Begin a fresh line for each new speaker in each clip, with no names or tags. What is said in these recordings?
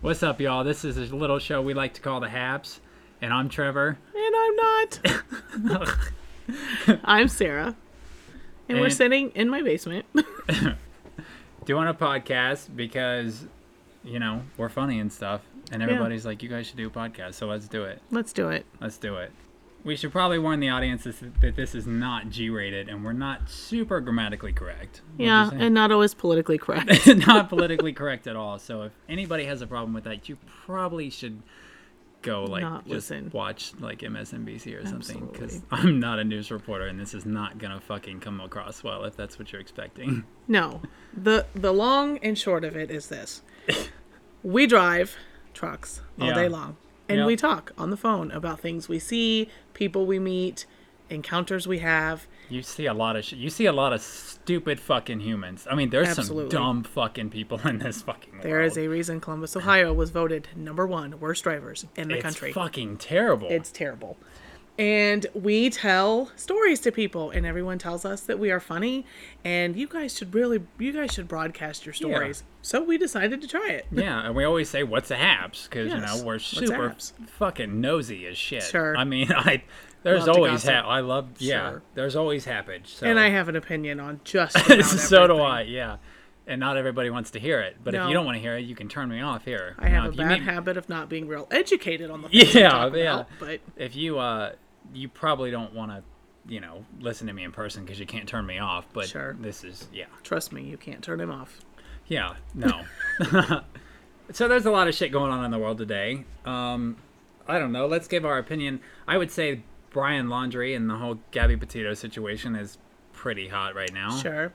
What's up, y'all? This is a little show we like to call The Haps, and I'm Trevor.
And I'm not. I'm Sarah. And, we're
And-
sitting in my basement.
Doing a podcast because, you know, we're funny and stuff, and everybody's like, you guys should do a podcast, so let's do it.
Let's do it.
Let's do it. We should probably warn the audience this- that this is not G rated and we're not super grammatically correct. Would you
yeah,
say?
and not always politically correct.
not politically correct at all. So if anybody has a problem with that, you probably should go like
Not
just
listen.
watch like MSNBC or something because
Absolutely.
I'm not a news reporter and this is not gonna fucking come across well if that's what you're expecting.
No. The the long and short of it is this. We drive trucks all
Yeah.
day long. And
Yep.
we talk on the phone about things we see, people we meet, encounters we have.
You see a lot of sh- you see a lot of stupid fucking humans. I mean, there's
Absolutely.
some dumb fucking people in this fucking
There is a reason Columbus, Ohio was voted number one worst drivers in the
it's
country.
fucking terrible.
It's terrible. And we tell stories to people, and everyone tells us that we are funny, and you guys should really, you guys should broadcast your
Yeah.
stories. So we decided to try it.
Yeah, and we always say what's a haps because you
Yes,
know we're
what's
super
haps?
fucking nosy as shit.
Sure.
I mean, I there's
Love to
always
gossip.
hap. I love yeah.
Sure.
There's always happage. So.
And I have an opinion on just about
so do
everything.
I. Yeah. And not everybody wants to hear it, but if
No.
you don't want to hear it, you can turn me off here.
I have
Now,
a
if you
bad
meet-
habit of not being real educated on the things yeah,
Yeah,
talk about,
yeah.
but
If you uh, you probably don't want to, you know, listen to me in person because you can't turn me off. But
Sure.
this is yeah.
trust me, you can't turn him off.
Yeah, no. so there's a lot of shit going on in the world today. Um, I don't know. Let's give our opinion. I would say Brian Laundry and the whole Gabby Petito situation is pretty hot right now.
Sure,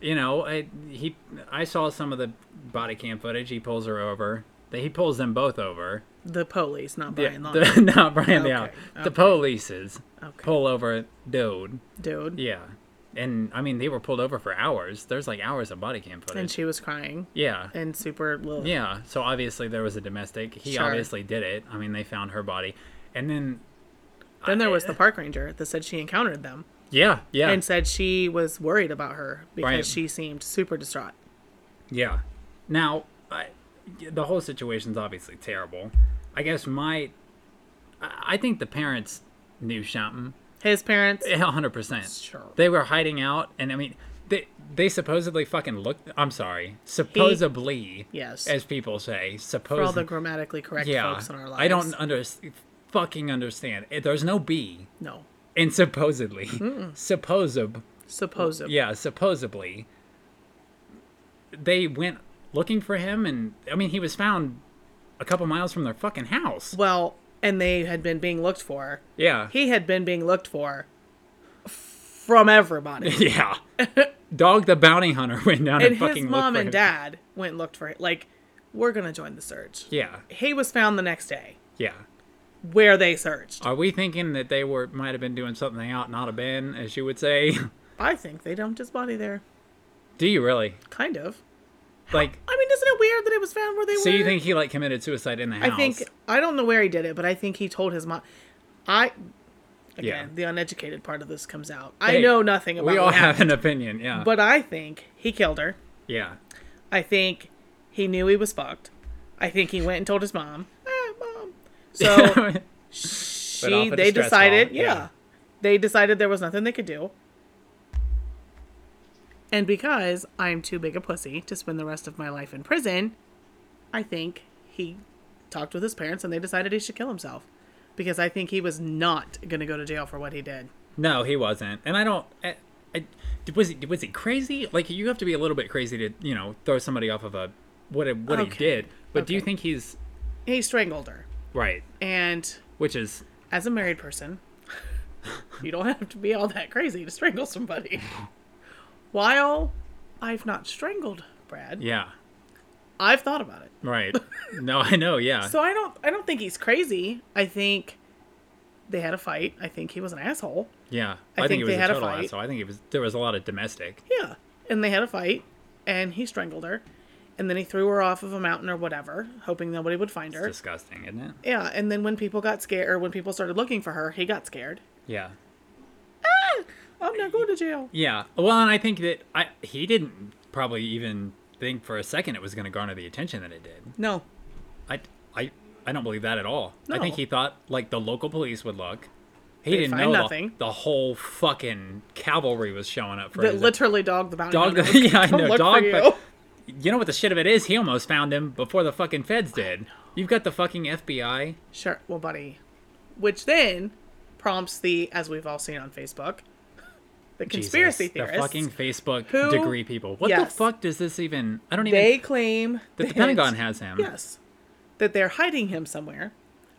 You know, I, he I saw some of the body cam footage. He pulls her over. He pulls them both over.
the police, not
The-
Brian Long,
the, not Brian. yeah,
Okay,
the polices
Okay.
pull over dude.
dude.
Yeah, and I mean they were pulled over for hours. There's like hours of body cam footage.
And she was crying
yeah,
and super little.
yeah, so obviously there was a domestic. He
Sure.
obviously did it. I mean, they found her body. And then,
Then there was the park ranger that said she encountered them.
yeah, yeah,
and said she was worried about her because
Right.
she seemed super distraught.
yeah. Now, I, the whole situation's obviously terrible. I guess my. I I think the parents knew something.
His parents,
Yeah, 100%.
Sure.
They were hiding out, and I mean, they, they supposedly fucking looked. I'm sorry. Supposedly,
yes,
as people say,
for all the
supposedly.
grammatically correct
Yeah.
folks in our lives.
I don't under, fucking understand. There's no B.
no
And supposedly, supposab,
supposed.
yeah, supposedly, they went looking for him, and I mean, he was found a couple miles from their fucking house.
Well, and they had been being looked for.
Yeah,
He had been being looked for from everybody.
yeah. Dog the bounty hunter went down and,
and his
fucking looked
mom
for
and
him.
dad went and looked for it. Like, we're gonna join the search.
Yeah,
He was found the next day
yeah.
where they searched.
Are we thinking that they were might have been doing something they ought not have been, as you would say?
I think they dumped his body there.
Do you really
Kind of.
like?
I mean, isn't it weird that it was found where they were?
So you think he like committed suicide in the house?
I think I don't know where he did it, but I think he told his mom. I again, the uneducated part of this comes out. I
Hey,
know nothing about.
we all
what
have
happened,
an opinion. Yeah,
but I think he killed her.
yeah.
I think he knew he was fucked. I think he went and told his mom. Ah, mom. So
off
she,
at a
they
stress
decided,
ball,
yeah.
yeah.
they decided there was nothing they could do. And because I'm too big a pussy to spend the rest of my life in prison, I think he talked with his parents and they decided he should kill himself because I think he was not going to go to jail for what he did.
No, he wasn't. And I don't. I, I, was he was he crazy? Like you have to be a little bit crazy to you know throw somebody off of a what it, what
Okay.
he did. But do you
Okay.
think he's
He strangled her.
right?
And
Which is
as a married person, you don't have to be all that crazy to strangle somebody. While I've not strangled Brad,
yeah,
I've thought about it.
right. no, I know. Yeah,
So I don't I don't think he's crazy. I think they had a fight. I think he was an asshole.
yeah.
I think
it
they
was
had a
total
fight.
asshole. I think it was there was a lot of domestic.
Yeah. And they had a fight and he strangled her. And then he threw her off of a mountain or whatever, hoping nobody would find her.
Disgusting, isn't it?
Yeah, and then when people got scared or when people started looking for her, he got scared.
Yeah.
I'm not going to jail.
Yeah. Well, and I think that I he didn't probably even think for a second it was going to garner the attention that it did.
No.
I, I, I don't believe that at all. I think
No.
he thought like the local police would look. He
They'd
didn't
find
know
nothing.
The, the whole fucking cavalry was showing up for
That
his.
literally dogged the bounty.
Dogged
hunter.
the- yeah, I
Come
know,
look for
dogged,
you.
but- you know what the shit of it is? He almost found him before the fucking feds did. You've got the fucking FBI.
Sure. Well, buddy. Which then prompts the, as we've all seen on Facebook, the conspiracy
Jesus,
theorists.
The fucking Facebook
who-
degree people. What
yes.
the fuck does this even? I don't even.
They claim
that the Pentagon has him.
Yes. That they're hiding him somewhere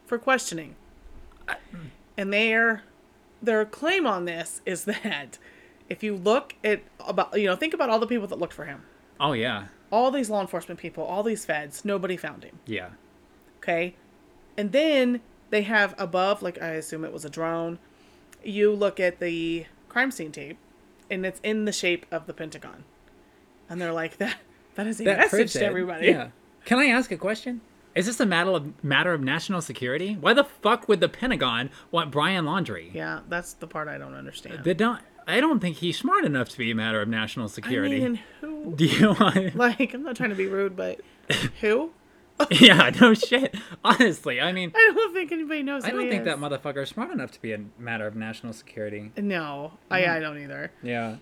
for questioning. And their their claim on this is that if you look at about you know, think about all the people that looked for him.
Oh yeah,
All these law enforcement people, all these feds, nobody found him.
yeah.
Okay. And then they have above, like I assume it was a drone, you look at the crime scene tape and it's in the shape of the Pentagon. And they're like, that that is a message
proves
to
it.
everybody.
Yeah. Can I ask a question? Is this a matter of matter of national security? Why the fuck would the Pentagon want Brian Laundrie?
Yeah, that's the part I don't understand.
They don't. I don't think he's smart enough to be a matter of national security.
I mean, who?
Do you? want-
Like, I'm not trying to be rude, but who?
yeah. No shit. Honestly, I mean,
I don't think anybody knows.
I
who
don't
he
think
is.
that motherfucker is smart enough to be a matter of national security.
No, I, I don't either.
Yeah.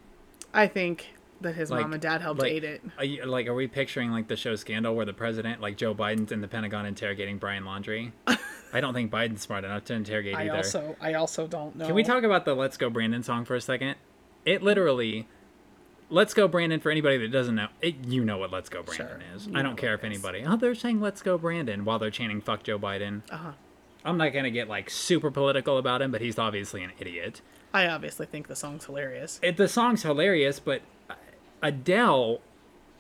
I think that his
Mm-hmm. Like-
mom and dad helped
like,
aid it.
Are you, like, are we picturing like the show Scandal where the president, like Joe Biden's in the Pentagon interrogating Brian Laundrie? I don't think Biden's smart enough to interrogate
I
either.
also, I also don't know.
Can we talk about the Let's Go Brandon song for a second? It literally, Let's Go Brandon, for anybody that doesn't know, it, you know what Let's Go Brandon
Sure.
is.
You
I
know
don't care
what
if
it is.
anybody, oh, they're saying Let's Go Brandon while they're chanting fuck Joe Biden.
Uh-huh.
I'm not going to get like super political about him, but he's obviously an idiot.
I obviously think the song's hilarious.
It, the song's hilarious, but Adele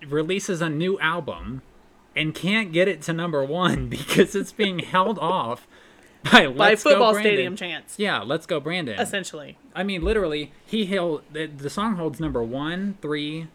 releases a new album and can't get it to number one because it's being held off by Let's
By football
Go Brandon.
stadium chants,
Yeah, Let's Go Brandon.
essentially.
I mean, literally, he held the, the song holds number one, three,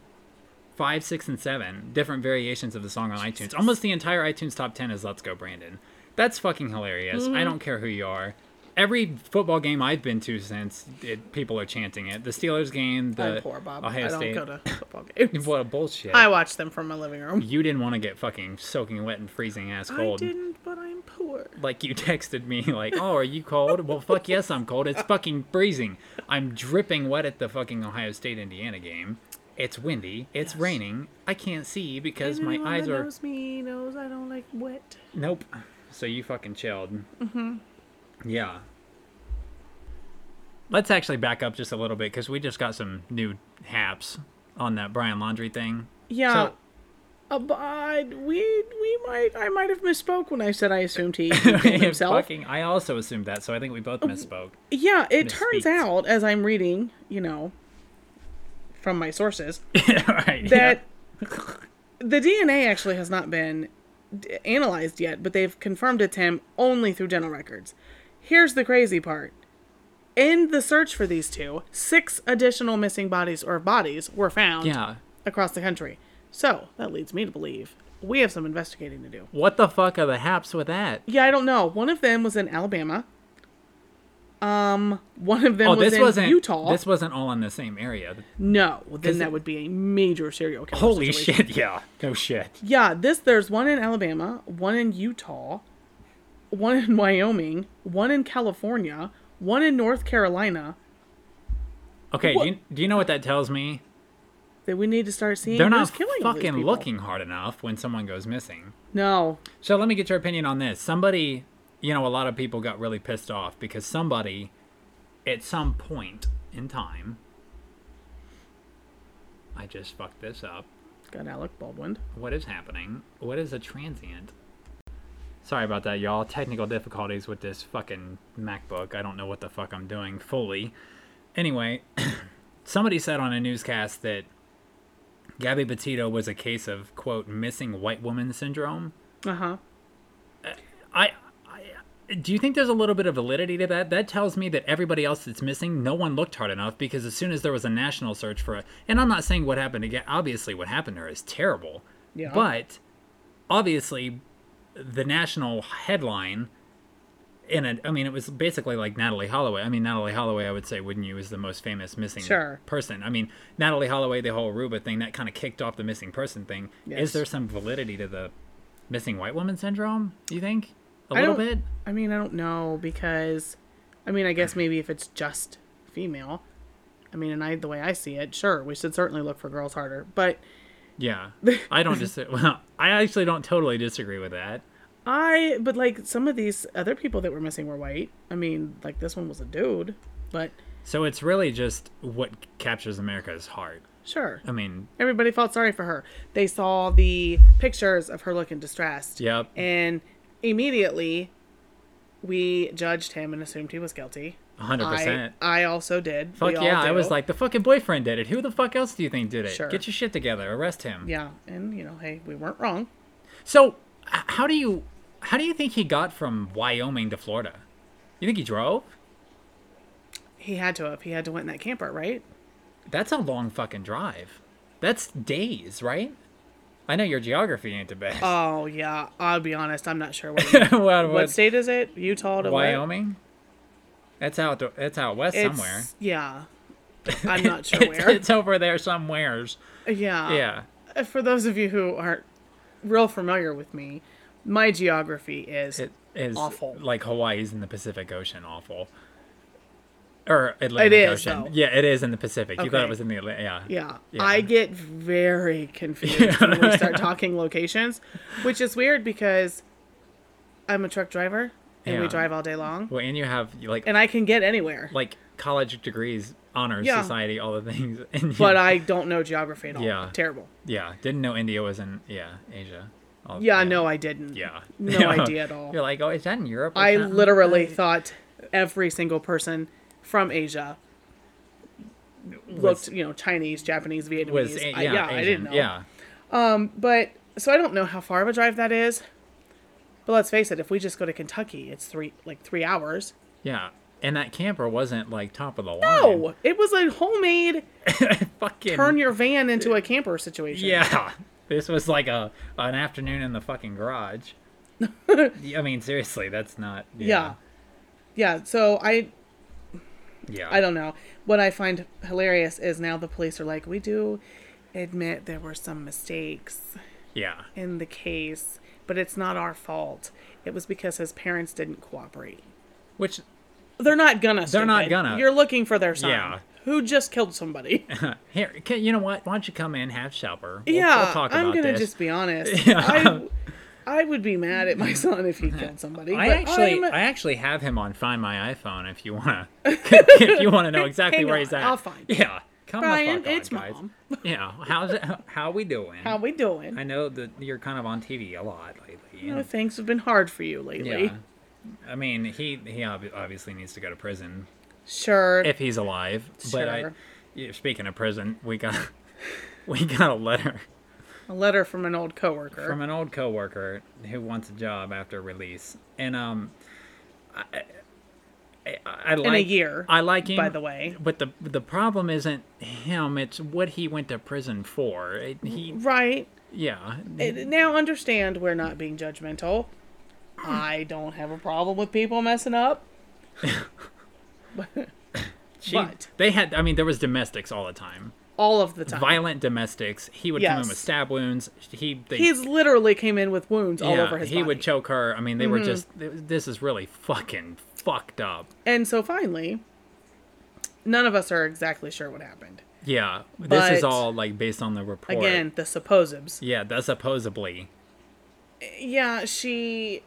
five, six, and seven different variations of the song on iTunes. Almost the entire iTunes top ten is "Let's Go Brandon." That's fucking hilarious.
Mm-hmm.
I don't care who you are. Every football game I've been to since it, people are chanting it. The Steelers game, the
I'm poor Bob.
Ohio
I don't
State.
go to football games.
What a bullshit!
I watch them from my living room.
you didn't want to get fucking soaking wet and freezing ass cold.
I didn't, but I'm poor.
Like you texted me, like, "Oh, are you cold?" well, fuck yes, I'm cold. It's fucking freezing. I'm dripping wet at the fucking Ohio State Indiana game. It's windy. It's raining. I can't see because my
Anyone
eyes
that
are
knows me knows I don't like wet.
nope. So you fucking chilled. Mm-hmm. Yeah. Let's actually back up just a little bit because we just got some new haps on that Brian Laundry thing.
Yeah.
So-
Uh, but I- we we might I might have misspoke when I said I assumed he killed himself.
fucking, I also assumed that, so I think we both misspoke.
Yeah, it turns
Misspeaks.
out as I'm reading, you know, from my sources,
right. yeah.
that the DNA actually has not been d- analyzed yet, but they've confirmed it's him only through dental records. Here's the crazy part. In the search for these two, six additional missing bodies or bodies were found
yeah.
across the country. So that leads me to believe we have some investigating to do.
What the fuck are the haps with that?
Yeah, I don't know. One of them was in Alabama. Um, one of them
Oh,
was
this
in
wasn't
Utah.
This wasn't all in the same area.
no, then
Does
that
it-
would be a major serial killer.
Holy
situation.
shit! Yeah, no shit.
Yeah, this there's one in Alabama, one in Utah, one in Wyoming, one in California, one in North Carolina.
Okay,
What-
do you, do you know what that tells me?
That we need to start seeing.
They're
who's
not
killing all these
fucking
people.
looking hard enough when someone goes missing.
No,
So let me get your opinion on this. Somebody, you know, a lot of people got really pissed off because somebody, at some point in time, I just fucked this up.
got Alec Baldwin.
What is happening? What is a transient? Sorry about that, y'all. Technical difficulties with this fucking MacBook. I don't know what the fuck I'm doing fully. Anyway, somebody said on a newscast that Gabby Petito was a case of, quote, missing white woman syndrome.
Uh huh.
I, I do you think there's a little bit of validity to that? That tells me that everybody else that's missing, no one looked hard enough because as soon as there was a national search for it, and I'm not saying what happened to Ga- obviously what happened to her is terrible,
Yeah.
but obviously the national headline. In a, I mean, it was basically like Natalie Holloway. I mean, Natalie Holloway, I would say, wouldn't you, is the most famous missing
Sure.
person. I mean, Natalie Holloway, the whole Aruba thing, that kind of kicked off the missing person thing.
Yes.
Is there some validity to the missing white woman syndrome? You think a
I
little
don't-
bit?
I mean, I don't know because, I mean, I guess maybe if it's just female, I mean, and I the way I see it, sure, we should certainly look for girls harder. But
Yeah, I don't dis. Well, I actually don't totally disagree with that.
I, but like some of these other people that were missing were white. I mean, like this one was a dude, but
So it's really just what captures America's heart.
sure,
I mean,
everybody felt sorry for her. They saw the pictures of her looking distressed,
yep,
and immediately we judged him and assumed he was guilty.
hundred
I,
percent.
I also did.
Fuck
We all
yeah! I
do.
was like, the fucking boyfriend did it. Who the fuck else do you think did it?
Sure.
Get your shit together. Arrest him.
yeah, and you know, hey, we weren't wrong.
So, h- how do you how do you think he got from Wyoming to Florida? You think he drove?
He had to have. He had to went in that camper, right?
That's a long fucking drive. That's days, right? I know your geography ain't the best.
Oh yeah. I'll be honest. I'm not sure what.
what,
what state is it? Utah to what?
Wyoming? That's out. th- That's out west
It's,
somewhere.
Yeah. I'm not sure
It's,
where.
it's over there somewheres.
yeah.
Yeah.
Uh, For those of you who aren't real familiar with me, my geography is
It is
Awful.
Like Hawaii's in the Pacific Ocean, awful. Or Atlantic
is,
Ocean.
though.
Yeah, it is in the Pacific. You thought
Okay.
it was in the Atlantic. Yeah.
Yeah.
Yeah.
I get very confused when we start talking locations, which is weird because I'm a truck driver and we
Yeah.
drive all day long
Well, and you have like
and I can get anywhere,
like college degrees, honors,
Yeah.
society, all the things. And you-
but I don't know geography at all.
Yeah.
Terrible.
yeah, didn't know India was in yeah Asia. All-
Yeah, no, I didn't.
Yeah.
No idea at all.
You're like, oh, is that in Europe? or
I
something?"
literally thought every single person from Asia looked, you know, Chinese, Japanese, Vietnamese.
was a-
I,
yeah,
yeah I
Asian,
didn't know.
Yeah,
But so I don't know how far of a drive that is. But let's face it, if we just go to Kentucky, it's three like three hours.
yeah. And that camper wasn't like top of the line.
No, it was a homemade
fucking
turn your van into a camper situation.
Yeah, this was like a an afternoon in the fucking garage. I mean, seriously, that's not.
yeah, yeah. So I
yeah.
I don't know. What I find hilarious is now the police are like, we do admit there were some mistakes.
Yeah,
in the case, but it's not our fault. It was because his parents didn't cooperate.
which
They're not gonna. They're
not gonna.
You're looking for their son.
Yeah.
Who just killed somebody?
here, can, you know what? Why don't you come in, have supper? We'll,
yeah,
we'll talk
I'm
about
gonna
this.
just be honest.
Yeah.
I, I would be mad at my son if he killed somebody.
I
but
actually,
I'm-
i actually have him on Find My iPhone. If you wanna, if you wanna know exactly
Hang
where
on,
he's at,
I'll find it.
Yeah, come the
Brian,
fuck on,
it's
guys.
Mom.
Yeah, how's it, how we doing?
how we doing?
I know that you're kind of on TV a lot lately.
I
and-
know things have been hard for you lately.
yeah, I mean, he he ob- obviously needs to go to prison
Sure.
if he's alive. But I,
Sure.
yeah, speaking of prison, we got we got a letter
a letter from an old coworker.
from an old coworker who wants a job after release, and um, I, I, I like
a year,
I like him,
by the way.
But the the problem isn't him; it's what he went to prison for. It, he,
right.
yeah,
And now understand we're not being judgmental. I don't have a problem with people messing up.
she-
but-
they had. I mean, there was domestics all the time,
all of the time.
violent domestics. He would come in
Yes.
with stab wounds. He they,
He's literally came in with wounds all
yeah,
over his
he
body. Mm-hmm.
would choke her. I mean, they were just. This is really fucking fucked up.
and so finally, none of us are exactly sure what happened.
Yeah, this is
But-
all like based on the report.
Again, the supposeds.
Yeah, that's supposedly.
Yeah, she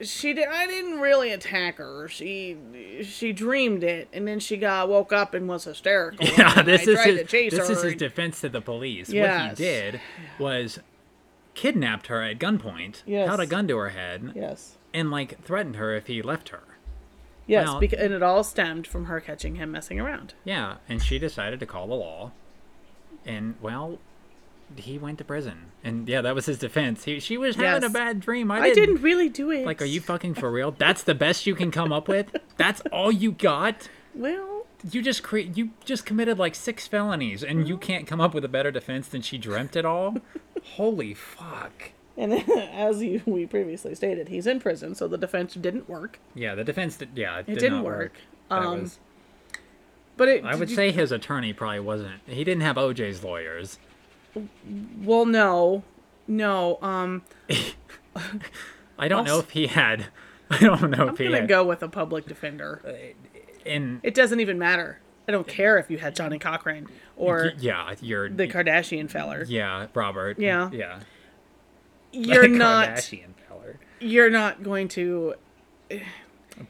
she did I didn't really attack her. She she dreamed it and then she got woke up and was hysterical.
Yeah,
and
this
I
is
tried
his,
to chase
this
her.
is his
and-
defense to the police. What he
Yes.
did was kidnapped her at gunpoint,
Yes.
held a gun to her head,
yes.
and like threatened her if he left her.
Yes,
Well-
because and it all stemmed from her catching him messing around.
Yeah, and she decided to call the law, and well, he went to prison. And yeah, that was his defense. He, she was having
Yes.
a bad dream. I
I
didn't.
didn't really do it.
Like, are you fucking for real? That's the best you can come up with. That's all you got.
Well,
You just create. You just committed like six felonies, and
Mm-hmm.
you can't come up with a better defense than she dreamt it all. Holy fuck.
and as you we previously stated, he's in prison, so the defense didn't work.
Yeah, the defense did. Yeah, it, did
didn't
not
work.
work.
Um,
that was,
But it,
I
did
would
you-
say his attorney probably wasn't. He didn't have OJ's lawyers.
well, no, no. Um,
I don't know
Also-
if he had. I don't know
I'm
if he
gonna
had.
go with a public defender.
And
It doesn't even matter. I don't care if you had Johnny Cochran or
yeah, you're
the Kardashian feller.
yeah, Robert.
Yeah.
yeah.
You're not.
Kardashian feller.
You're not going to.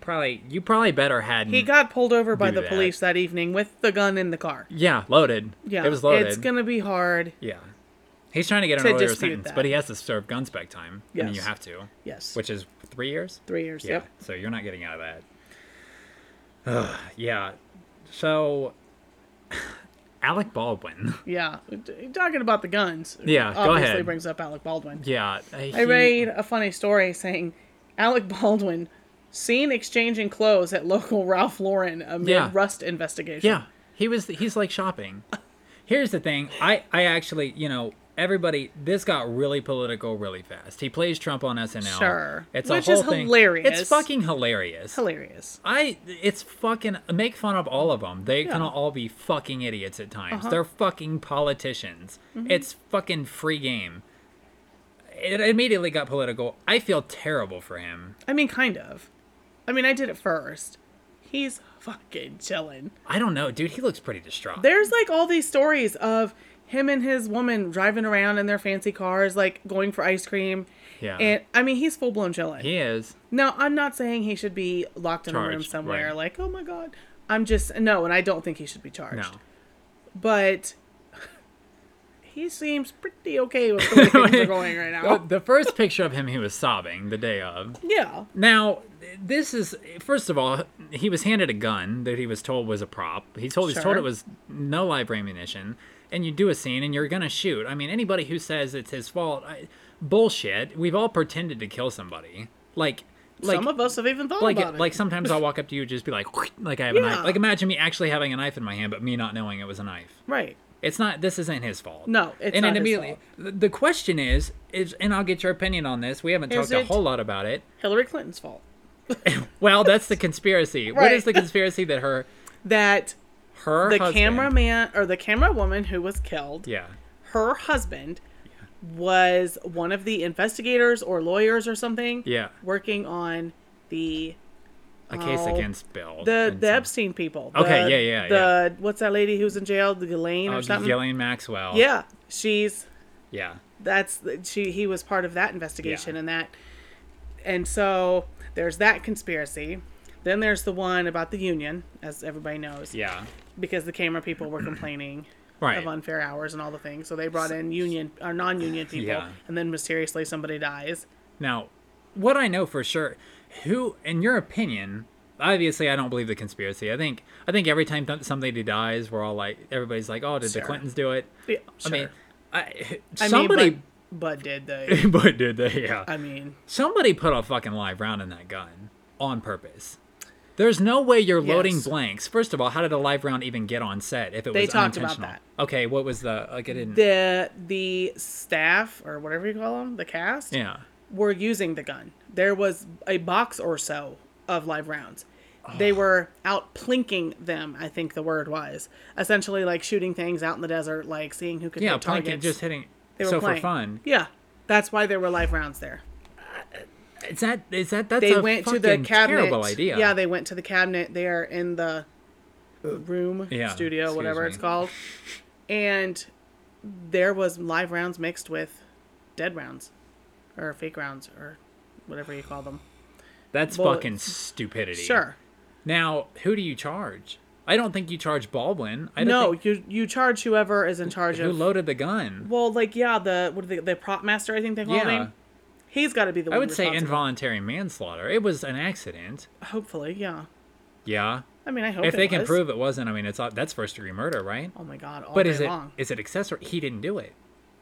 Probably you probably better had.
He got pulled over by
Hmm. Do
the
that.
police that evening with the gun in the car.
yeah, loaded.
Yeah,
it was loaded.
It's gonna be hard.
Yeah. He's trying to get an
To
earlier
dispute
sentence,
that.
but he has to serve gun spec time. I mean, you
Yes.
have to,
Yes.
which is three years.
Three years.
Yeah.
Yep.
So you're not getting out of that. Ugh, yeah. So Alec Baldwin.
Yeah. Talking about the guns.
Yeah, go
Obviously
ahead.
brings up Alec Baldwin.
Yeah. uh,
I
he-
read a funny story saying Alec Baldwin seen exchanging clothes at local Ralph Lauren amid
Yeah.
rust investigation.
Yeah. He was he's like shopping. Here's the thing. I I actually, you know, everybody this got really political really fast. He plays Trump on SNL.
Sure.
It's
Which
a whole
is
thing.
hilarious.
It's fucking hilarious.
Hilarious.
I it's fucking make fun of all of them. They can
Yeah. Uh-huh.
all be fucking idiots at times. They're fucking politicians.
Mm-hmm.
It's fucking free game. It immediately got political. I feel terrible for him.
I mean, kind of. I mean, I did it first. He's fucking chilling.
I don't know, dude. He looks pretty distraught.
There's like all these stories of him and his woman driving around in their fancy cars, like going for ice cream.
Yeah.
And I mean, he's full blown chilling.
he is.
No, I'm not saying he should be locked in a room
Charged,
somewhere.
right.
Like, oh my god. I'm just no, and I don't think he should be charged.
No.
But he seems pretty okay with the way things are going right
Uh,
now.
the first picture of him, he was sobbing the day of.
Yeah.
Now, this is first of all, he was handed a gun that he was told was a prop. He told he's told
Sure.
it was no live ammunition, and you do a scene and you're gonna shoot. I mean, anybody who says it's his fault, I, bullshit. We've all pretended to kill somebody. Like, like,
Some of us have even thought
like,
about it.
like sometimes I'll walk up to you and just be like, like I have a
Yeah.
knife. Like imagine me actually having a knife in my hand, but me not knowing it was a knife.
right.
It's not. This isn't his fault.
No, it's
and
not
it
his
immediately, th- The question is, is, and I'll get your opinion on this. We haven't
Is
talked a
it-
whole lot about it.
Hillary Clinton's fault.
Well, that's the conspiracy. What is
Right.
the conspiracy that her
That
her
the
husband-
cameraman or the camera woman who was killed,
Yeah.
her husband was one of the investigators or lawyers or something
Yeah.
working on the
A case
Oh,
against Bill.
the
and
the
some-
Epstein people.
Okay,
The-
yeah, yeah,
The what's that lady who's in jail? The Ghislaine or
Oh,
something.
Gillian Maxwell.
Yeah, she's
Yeah.
that's she. He was part of that investigation and that, and so there's that conspiracy. Then there's the one about the union, as everybody knows,
Yeah.
because the camera people were complaining
Right.
of unfair hours and all the things. So they brought in union or non-union people,
Yeah.
and then mysteriously somebody dies.
Now, what I know for sure, who, in your opinion, obviously I don't believe the conspiracy. I think I think every time th- somebody dies, we're all like, everybody's like, oh, did
Sure.
the Clintons do it?
Yeah,
I mean,
sure.
I,
I mean,
somebody.
but, but did they?
but did they? Yeah.
I mean,
Somebody put a fucking live round in that gun on purpose. There's no way you're loading
Yes.
blanks. First of all, how did a live round even get on set if it
They
was
talked about
unintentional? Okay, what was the like? It didn't.
the the staff or whatever you call them, the cast,
yeah,
were using the gun. There was a box or so of live rounds. They were out plinking them, I think the word was. Essentially, like shooting things out in the desert, like seeing who could
yeah,
hit
blanket
targets.
just hitting.
they were
so
playing.
for fun,
Yeah, that's why there were live rounds there.
is that is that that's
They
a
went to
fucking
the cabinet.
terrible idea.
Yeah, they went to the cabinet there in the room,
Yeah,
studio,
excuse
whatever it's
me.
called, and there was live rounds mixed with dead rounds, or fake rounds, or whatever you call them.
that's
Well,
fucking stupidity.
Sure.
Now, who do you charge? I don't think you charge Baldwin. I don't
No,
think,
you you charge whoever is in charge
who
of.
loaded the gun?
well, like yeah, the what are they, the prop master I think they call
Yeah.
him. He's got to be the one.
I would say
responsible.
involuntary manslaughter. It was an accident.
Hopefully, yeah.
Yeah.
I mean, I hope
if
it
they can
was.
prove it wasn't, I mean, it's that's first degree murder, right?
Oh my god! All
But
day
is it is
long.
it accessory? He didn't do it.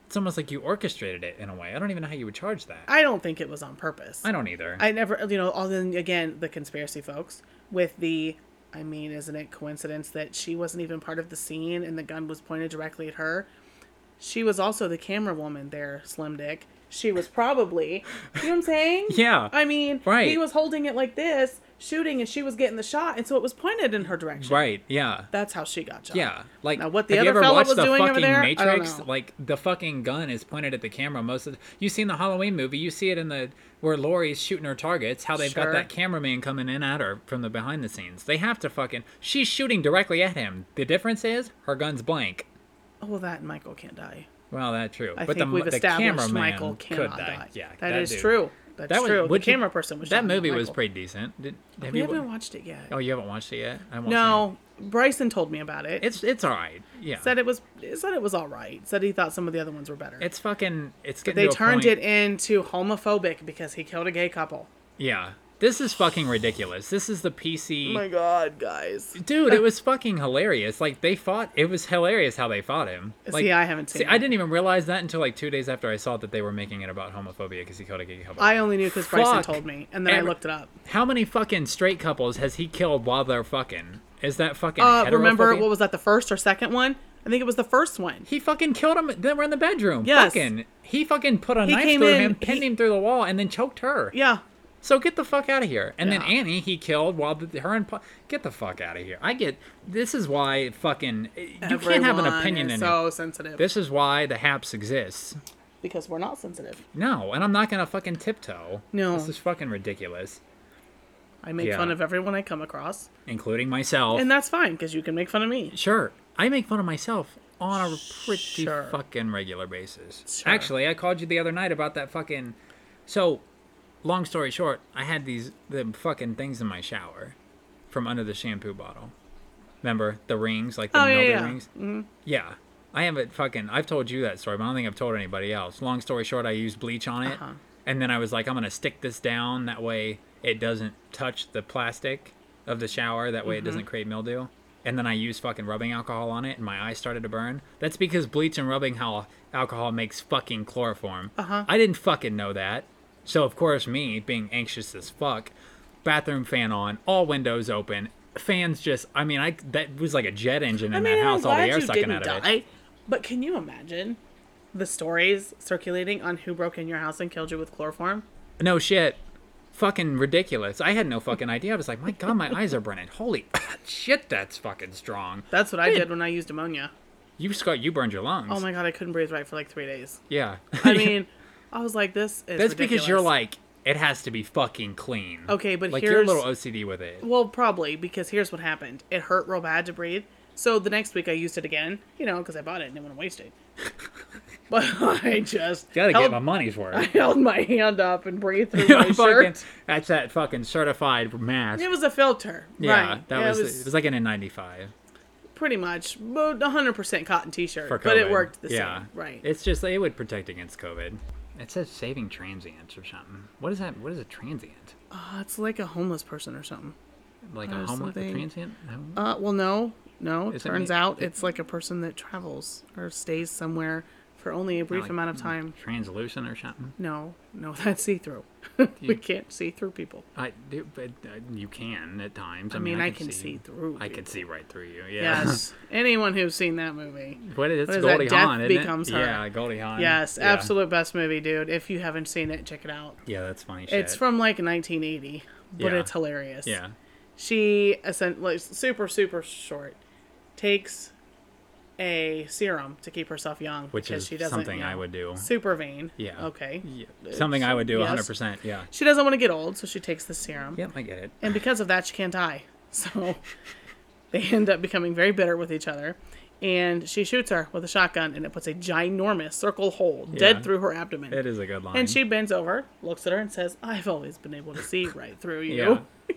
It's almost like you orchestrated it in a way. I don't even know how you would charge that. I,
I don't think it was on purpose.
don't either.
I never, you know, all then again, the conspiracy folks with the, I mean, isn't it coincidence that she wasn't even part of the scene and the gun was pointed directly at her? She was also the camera woman there, Slim Dick, she was probably. You know what I'm saying?
Yeah.
I mean,
Right.
he was holding it like this, shooting, and she was getting the shot, and so it was pointed in her direction.
Right. Yeah.
That's how she got shot.
Yeah, like
Now, what the
have you
other
ever
fella
watched
was
the
doing over
fucking
there, I don't
Matrix?
know.
Like the fucking gun is pointed at the camera most of. The, you seen the Halloween movie? You see it in the where Laurie's shooting her targets. How they've
Sure.
got that cameraman coming in at her from the behind the scenes. They have to fucking. She's shooting directly at him. The difference is her gun's blank.
Oh, well, that and Michael can't die.
Well, that's true.
I
but
think
the,
we've
the
established
cameraman
Michael
could
cannot
die.
die.
Yeah,
that is
dude-
true. That's
That was,
true. The
would you-
camera person was shot
That
by
movie was
Michael.
pretty decent. Did, have
We
you?
haven't watched it yet.
oh, you haven't watched it yet. I won't say
no, Bryson told me about it.
it. it's it's all right. Yeah,
said it was said it was all right. Said he thought some of the other ones were better.
it's fucking. It's getting
they
to a
turned
point-
it into homophobic because he killed a gay couple.
Yeah. This is fucking ridiculous. This is the PC.
Oh god, guys!
Dude, it was fucking hilarious. Like they fought. It was hilarious how they fought him. Like,
See, I haven't seen
see,
it.
I didn't even realize that until like two days after I saw that they were making it about homophobia because he killed a gay couple.
I only knew because Bryson
Fuck.
told me, and then I
Every-
looked it up.
How many fucking straight couples has he killed while they're fucking? Is that fucking?
Uh, remember
heterophobia?
what was that? The first or second one? I think it was the first one.
He fucking killed him. They were in the bedroom.
Yes.
Fucking. He fucking put a
He
knife
came
through
in,
him, pinned
he-
him through the wall, and then choked her.
Yeah,
So get the fuck out of here. And then
Yeah.
Annie, he killed while the, her and pa- get the fuck out of here. I get this is why fucking eh, you can't have an
Everyone
opinion
is
in it.
so sensitive
This is why the haps exists.
because we're not sensitive.
No, and I'm not gonna fucking tiptoe.
No.
this is fucking ridiculous,
I make
Yeah.
fun of everyone I come across,
including myself.
and that's fine because you can make fun of me.
sure, I make fun of myself on a pretty
Sure.
fucking regular basis.
Sure.
Actually, I called you the other night about that fucking. So, long story short, I had these the fucking things in my shower from under the shampoo bottle. Remember the rings, like the
Oh, yeah,
melded
yeah.
rings? Yeah. I haven't fucking. I've told you that story, but I don't think I've told anybody else. Long story short, I used bleach on it,
Uh-huh.
and then I was like, I'm gonna stick this down. That way, it doesn't touch the plastic of the shower. That way,
Mm-hmm.
it doesn't create mildew. And then I used fucking rubbing alcohol on it, and my eyes started to burn. That's because bleach and rubbing al- alcohol makes fucking chloroform.
Uh-huh.
I didn't fucking know that. So of course, me being anxious as fuck, bathroom fan on, all windows open, fans just. I mean, I that was like a jet engine in
I
that
mean, I'm
house, all the
glad
air
you
sucking
didn't
out of it.
die, but can you imagine the stories circulating on who broke in your house and killed you with chloroform?
No shit. Fucking ridiculous. I had no fucking idea. I was like, my god, my eyes are burning. Holy shit, that's fucking strong.
That's what I did when I used ammonia.
You scar you burned your lungs.
Oh my god, I couldn't breathe right for like three days.
Yeah.
I mean, I was like, this is.
that's because you're
ridiculous.
like, it has to be fucking clean.
Okay, but
like you're a
here's-
little OCD with it.
Well, probably because here's what happened. It hurt real bad to breathe. So the next week I used it again, you know, because I bought it and didn't want to waste it. but I just
Gotta
held,
get my money's worth.
held my hand up and breathed through my
Fucking-
shirt.
that's that fucking certified mask.
It was a filter,
yeah,
right?
that
Yeah,
was, it was like an N95
pretty much but 100% cotton T-shirt,
for COVID.
but it worked the
yeah.
same, right?
It's just it would protect against COVID. It says saving transients or something. What is that? What is a transient?
Uh, it's like a homeless person or something.
Like
Or
a homeless a
Uh, something.
transient? Hom-
Uh, well, no, no.
Is it
turns
me-
out it's like a person that travels or stays somewhere for only a brief
like- mm.
amount of time.
translucent or something.
No, no, that's see through. we
You-
can't see through people.
I do, but uh, you can at times. I,
mean, I can see through
I
people.
can see right through you. Yeah.
Yes, anyone who's seen that movie.
what is,
What is that?
Goldie
Death
Hawn? isn't it?
Becomes Her.
Yeah, Goldie Hawn.
Yes,
yeah.
absolute best movie, dude. If you haven't seen it, check it out.
Yeah, that's funny shit.
It's from like 1980, but
Yeah.
it's hilarious.
Yeah.
she ascend like super super short takes a serum to keep herself young
Which
because
is
she doesn't,
something
you
I
know,
would do.
super vain
Yeah.
okay
yeah. Something I would do
yes.
100%. Yeah.
she doesn't want to get old so she takes the serum
Yep, I get it.
and because of that she can't die so they end up becoming very bitter with each other and she shoots her with a shotgun and it puts a ginormous circle hole
Yeah.
dead through her abdomen
It is a good line.
and she bends over looks at her and says i've always been able to see right through you
Yeah.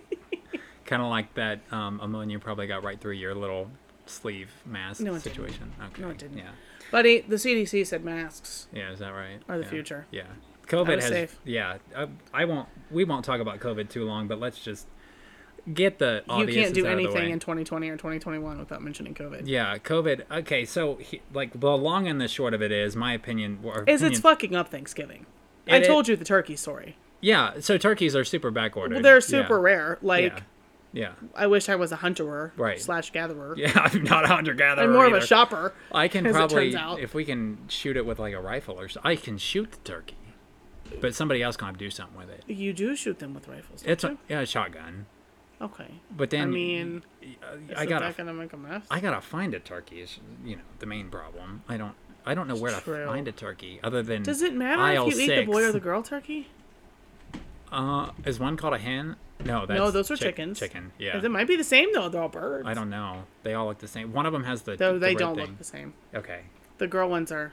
kind of like that um, ammonia probably got right through your little sleeve mask
No, it didn't.
situation. Okay.
No, it didn't.
Yeah.
buddy the cdc said masks
Yeah, is that right?
Or the
Yeah.
future.
Yeah. COVID
was
has.
safe.
Yeah, I, I won't. We won't talk about COVID too long, but let's just get the
you
obvious
can't do
out Of the
anything
way.
in 2020 or 2021 without mentioning COVID.
yeah, COVID. Okay, so he, like the long and the short of it is, my opinion. Or
Is
opinion
it's fucking up Thanksgiving? I
Mm-hmm. It- it-
told you the turkey story.
yeah. So turkeys are super backordered.
Well, they're super
yeah.
rare. Like
Yeah. Yeah.
I wish I was a hunterer
Right.
slash gatherer.
Yeah, I'm not a hunter gatherer.
I'm more of a
either.
shopper.
I can
as it
probably,
turns out.
if we can shoot it with like a rifle or so, I can shoot the turkey. but somebody else gonna do something with it.
You do shoot them with rifles.
It's
don't
a, yeah, a shotgun,
you? okay.
but then
I mean,
I
isn't
gotta
that gonna make a mess?
I gotta find a turkey is you know the main problem. I don't I don't know where
True.
to find a turkey other than
Does it matter
aisle
if you eat
six.
the boy or the girl turkey?
Uh, is one called a hen? No, that's
those are
chick-
chickens.
Chicken, yeah.
It might be the same though. They're all birds.
I don't know. They all look the same. One of them has the
Though
the
they
red
don't
thing.
look the same.
Okay,
The girl ones are.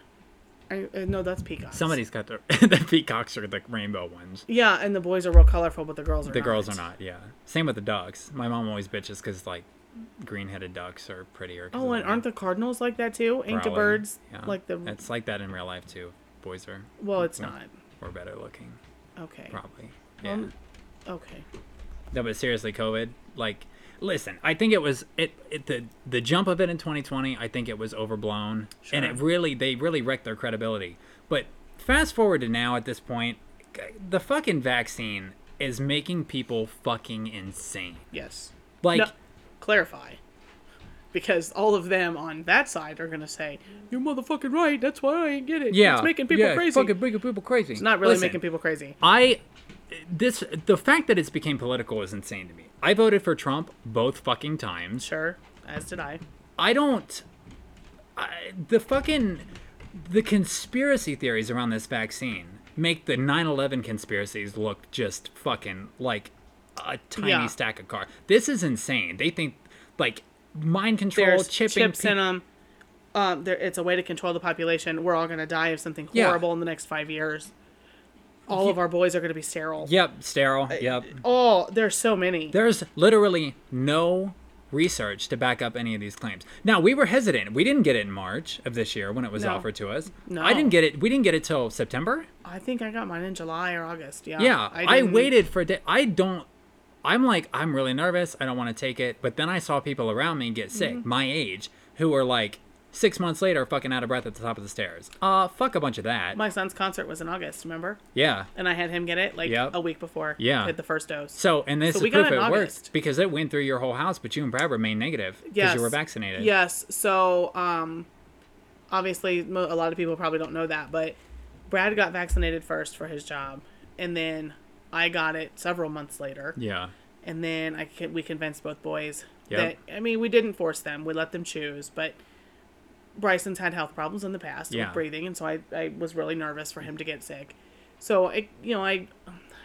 I, uh, no, that's peacocks.
somebody's got the the peacocks are the rainbow ones.
Yeah, and the boys are real colorful, but the girls are.
The girls are not. Yeah. Same with the ducks. My mom always bitches because like green-headed ducks are prettier. 'cause
Oh,
of
and aren't the cardinals like that too? Ain't the
growling.
birds
Yeah.
like the?
It's like that in real life too. Boys are
well, it's
well,
not.
or better looking
Okay.
probably. Yeah.
Um, Okay.
No, but seriously, COVID. Like, listen, I think it was it, it the the jump of it in 2020. I think it was overblown, and it
Sure.
really they really wrecked their credibility. But fast forward to now, at this point, g- the fucking vaccine is making people fucking insane.
Yes.
Like,
no, clarify, because all of them on that side are gonna say, "You're motherfucking right. That's why I ain't get it.
yeah,
It's making people
yeah,
crazy.
Fucking making people crazy.
It's not really making people crazy.
I this the fact that it's became political is insane to me. I voted for Trump both fucking times.
Sure, as did I.
I don't. I, the fucking the conspiracy theories around this vaccine make the 9/11 conspiracies look just fucking like a tiny
Yeah.
stack of cards. This is insane. They think like mind control,
There's
chipping
chips
peop-
in them. Um, there, it's a way to control the population. We're all gonna die of something
Yeah.
horrible in the next five years. All of our boys are gonna be sterile.
Yep, sterile. Yep.
Oh, there's so many.
There's literally no research to back up any of these claims. Now, we were hesitant. We didn't get it in March of this year when it was
No.
offered to us.
No.
I didn't get it. We didn't get it till September.
I think I got mine in July or August. Yeah.
Yeah, I,
didn't-
waited for a day. I don't. I'm like, I'm really nervous. I don't want to take it. But then I saw people around me get sick,
Mm-hmm.
my age, who were like six months later, fucking out of breath at the top of the stairs. Uh, fuck a bunch of that.
My son's concert was in August. Remember?
yeah.
And I had him get it like
Yep.
a week before.
Yeah.
Hit the first dose.
So, and this
So
is
we
proof
got
it
it in
worked
August.
because it went through your whole house, but you and Brad remained negative because
yes.
you were vaccinated.
Yes. So, um, obviously, mo- a lot of people probably don't know that, but Brad got vaccinated first for his job, and then I got it several months later.
Yeah.
and then I can, we convinced both boys
Yep.
that I mean we didn't force them, we let them choose, but Bryson's had health problems in the past
Yeah.
with breathing, and so I, I was really nervous for him to get sick. So I you know I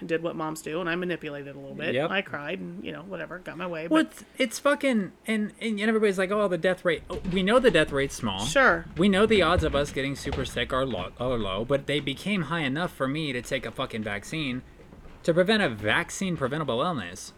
did what moms do, and I manipulated a little bit.
Yep.
I cried, and you know whatever got my way.
Well,
But
it's, it's fucking and and everybody's like, oh, the death rate. Oh, We know the death rate's small.
sure,
We know the odds of us getting super sick are low, are low, but they became high enough for me to take a fucking vaccine to prevent a vaccine preventable illness.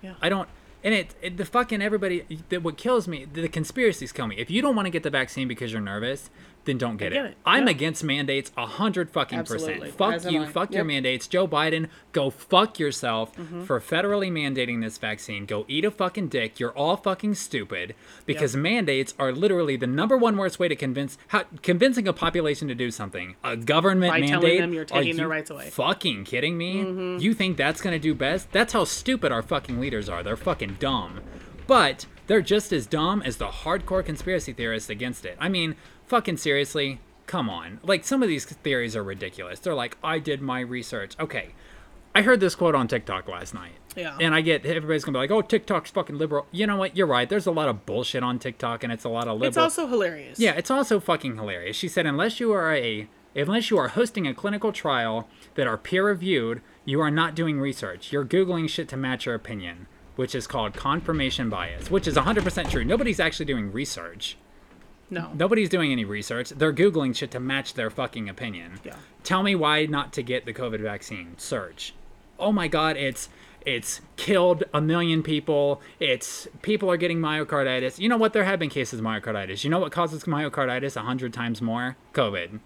Yeah.
I don't. And it, it the fucking everybody that what kills me the conspiracies kill me. If you don't want to get the vaccine because you're nervous, then don't get,
get it.
I'm
Yeah.
against mandates a hundred fucking
Absolutely.
percent. Fuck
As am
you.
I.
Fuck your
Yep. Mm-hmm.
mandates. Joe Biden, go fuck yourself for federally mandating this vaccine. Go eat a fucking dick. You're all fucking stupid because mandates are literally the number one worst way to convince how convincing a population to do something. A government
By telling
mandate.
them you're
Are
taking their
you
rights away. Mm-hmm.
Fucking kidding me? You think that's gonna do best? That's how stupid our fucking leaders are. They're fucking dumb. But they're just as dumb as the hardcore conspiracy theorists against it. I mean, fucking seriously, come on. Like, some of these theories are ridiculous. They're like, I did my research. Okay. I heard this quote on TikTok last night.
Yeah.
And I get everybody's gonna be like, oh, TikTok's fucking liberal. You know what? You're right. There's a lot of bullshit on TikTok and it's a lot of liberal.
it's also hilarious.
Yeah, it's also fucking hilarious. She said, unless you are a unless you are hosting a clinical trial that are peer reviewed, you are not doing research. You're googling shit to match your opinion, which is called confirmation bias, which is 100% true. Nobody's actually doing research.
no,
Nobody's doing any research. They're googling shit to match their fucking opinion.
Yeah.
Tell me why not to get the COVID vaccine. Search. Oh my god, it's it's killed a million people. It's people are getting myocarditis. You know what? There have been cases of myocarditis. You know what causes myocarditis a hundred times more? COVID.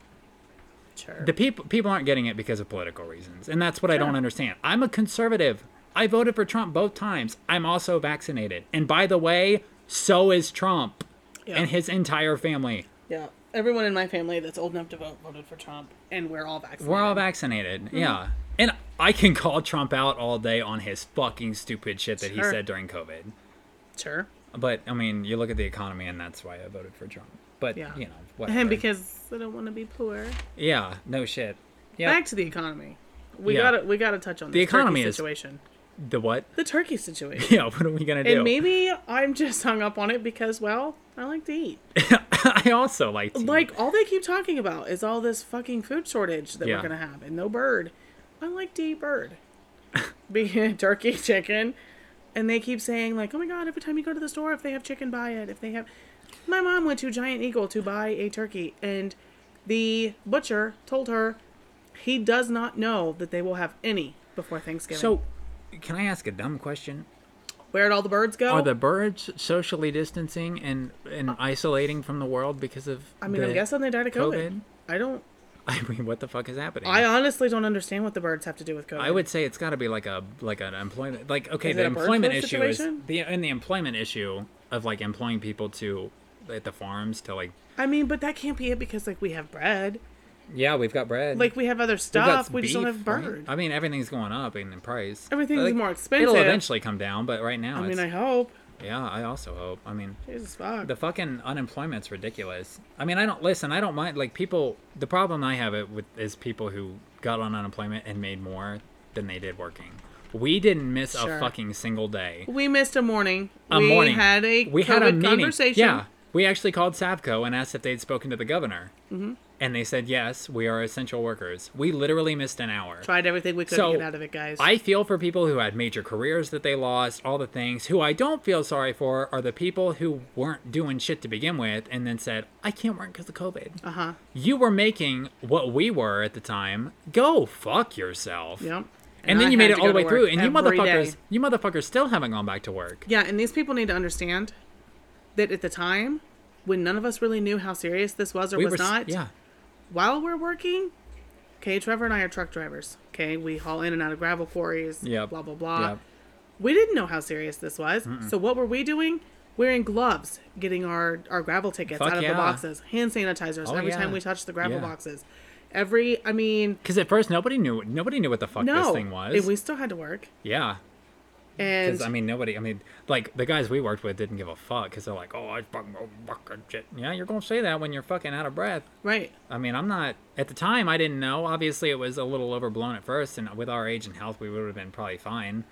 sure.
The people people aren't getting it because of political reasons, and that's what I don't
Sure.
understand. I'm a conservative. I voted for Trump both times. I'm also vaccinated, and by the way, so is Trump
Yeah.
and his entire family.
yeah, everyone in my family that's old enough to vote voted for Trump, and we're all vaccinated.
We're all vaccinated.
Mm-hmm.
Yeah. And I can call Trump out all day on his fucking stupid shit that he
Sure.
said during COVID.
sure.
But I mean, you look at the economy and that's why I voted for Trump. But
Yeah.
you know, whatever.
And because I don't want to be poor.
yeah, no shit. Yep.
Back to the economy. We
Yeah.
gotta we gotta touch on
The
this turkey
economy is-
situation.
The what?
The turkey situation.
Yeah, what are we gonna do?
And maybe I'm just hung up on it because, well, I like to eat.
I also like to eat.
Like all they keep talking about is all this fucking food shortage that
Yeah.
we're gonna have and no bird. I like to eat bird. Being turkey, chicken. And they keep saying, like, oh my god, every time you go to the store, if they have chicken, buy it. If they have My mom went to Giant Eagle to buy a turkey and the butcher told her he does not know that they will have any before Thanksgiving.
So, can I ask a dumb question?
where'd all the birds go?
Are the birds socially distancing and and isolating from the world because of?
Uh, I mean, I'm
the-
guessing they died of COVID.
COVID?
I don't
I mean, what the fuck is happening?
I honestly don't understand what the birds have to do with COVID.
I would say it's got to be like a like an employment like okay
Is
the
it a bird
employment
flu
issue
situation?
is the and the employment issue of like employing people to at the farms to like
I mean, but that can't be it because like we have bread,
yeah we've got bread
like we have other
We've got
stuff. We just don't
beef,
have
right?
bird.
I mean everything's going up in, in price.
Everything's
Like,
more
It'll
expensive.
eventually come down, but right now
I
it's
mean, I hope.
yeah I also hope I mean
Jesus fuck.
the fucking unemployment's ridiculous. I mean I don't listen I don't mind like people the problem I have it with is people who got on unemployment and made more than they did working. We didn't miss a
Sure.
fucking single day.
we missed a morning.
a
we
morning.
had a
we
COVID
had a meeting.
conversation.
Yeah, we actually called Savco and asked if they'd spoken to the governor, mm-hmm. and they said yes, we are essential workers. We literally missed an hour.
Tried everything we could
So,
to get out of it, guys.
I feel for people who had major careers that they lost, all the things. Who I don't feel sorry for are the people who weren't doing shit to begin with and then said, I can't work because of COVID.
uh huh.
You were making what we were at the time. Go fuck yourself.
Yep.
And, then
I
you made
had
it
to
all the
go
way
to
through,
work
and you
every
motherfuckers,
day.
you motherfuckers still haven't gone back to work.
Yeah, and these people need to understand that at the time, when none of us really knew how serious this was or
we
was
were, s-
not,
yeah,
while we're working, okay, Trevor and I are truck drivers. Okay, we haul in and out of gravel quarries.
Yep.
Blah blah blah.
Yep.
We didn't know how serious this was. So what were we doing? Wearing gloves, getting our our gravel tickets
Fuck
out of
yeah.
the boxes, hand sanitizers
Oh,
every
yeah.
time we touched the gravel
Yeah.
boxes. Every, I mean,
Because at first nobody knew nobody knew what the fuck
no,
this thing was.
and we still had to work.
yeah,
And
because I mean nobody. I mean, like the guys we worked with didn't give a fuck because they're like, oh, I fucking oh, fucking shit. Yeah, you're gonna say that when you're fucking out of breath.
right,
I mean, I'm not. At the time, I didn't know. Obviously, it was a little overblown at first, and with our age and health, we would have been probably fine.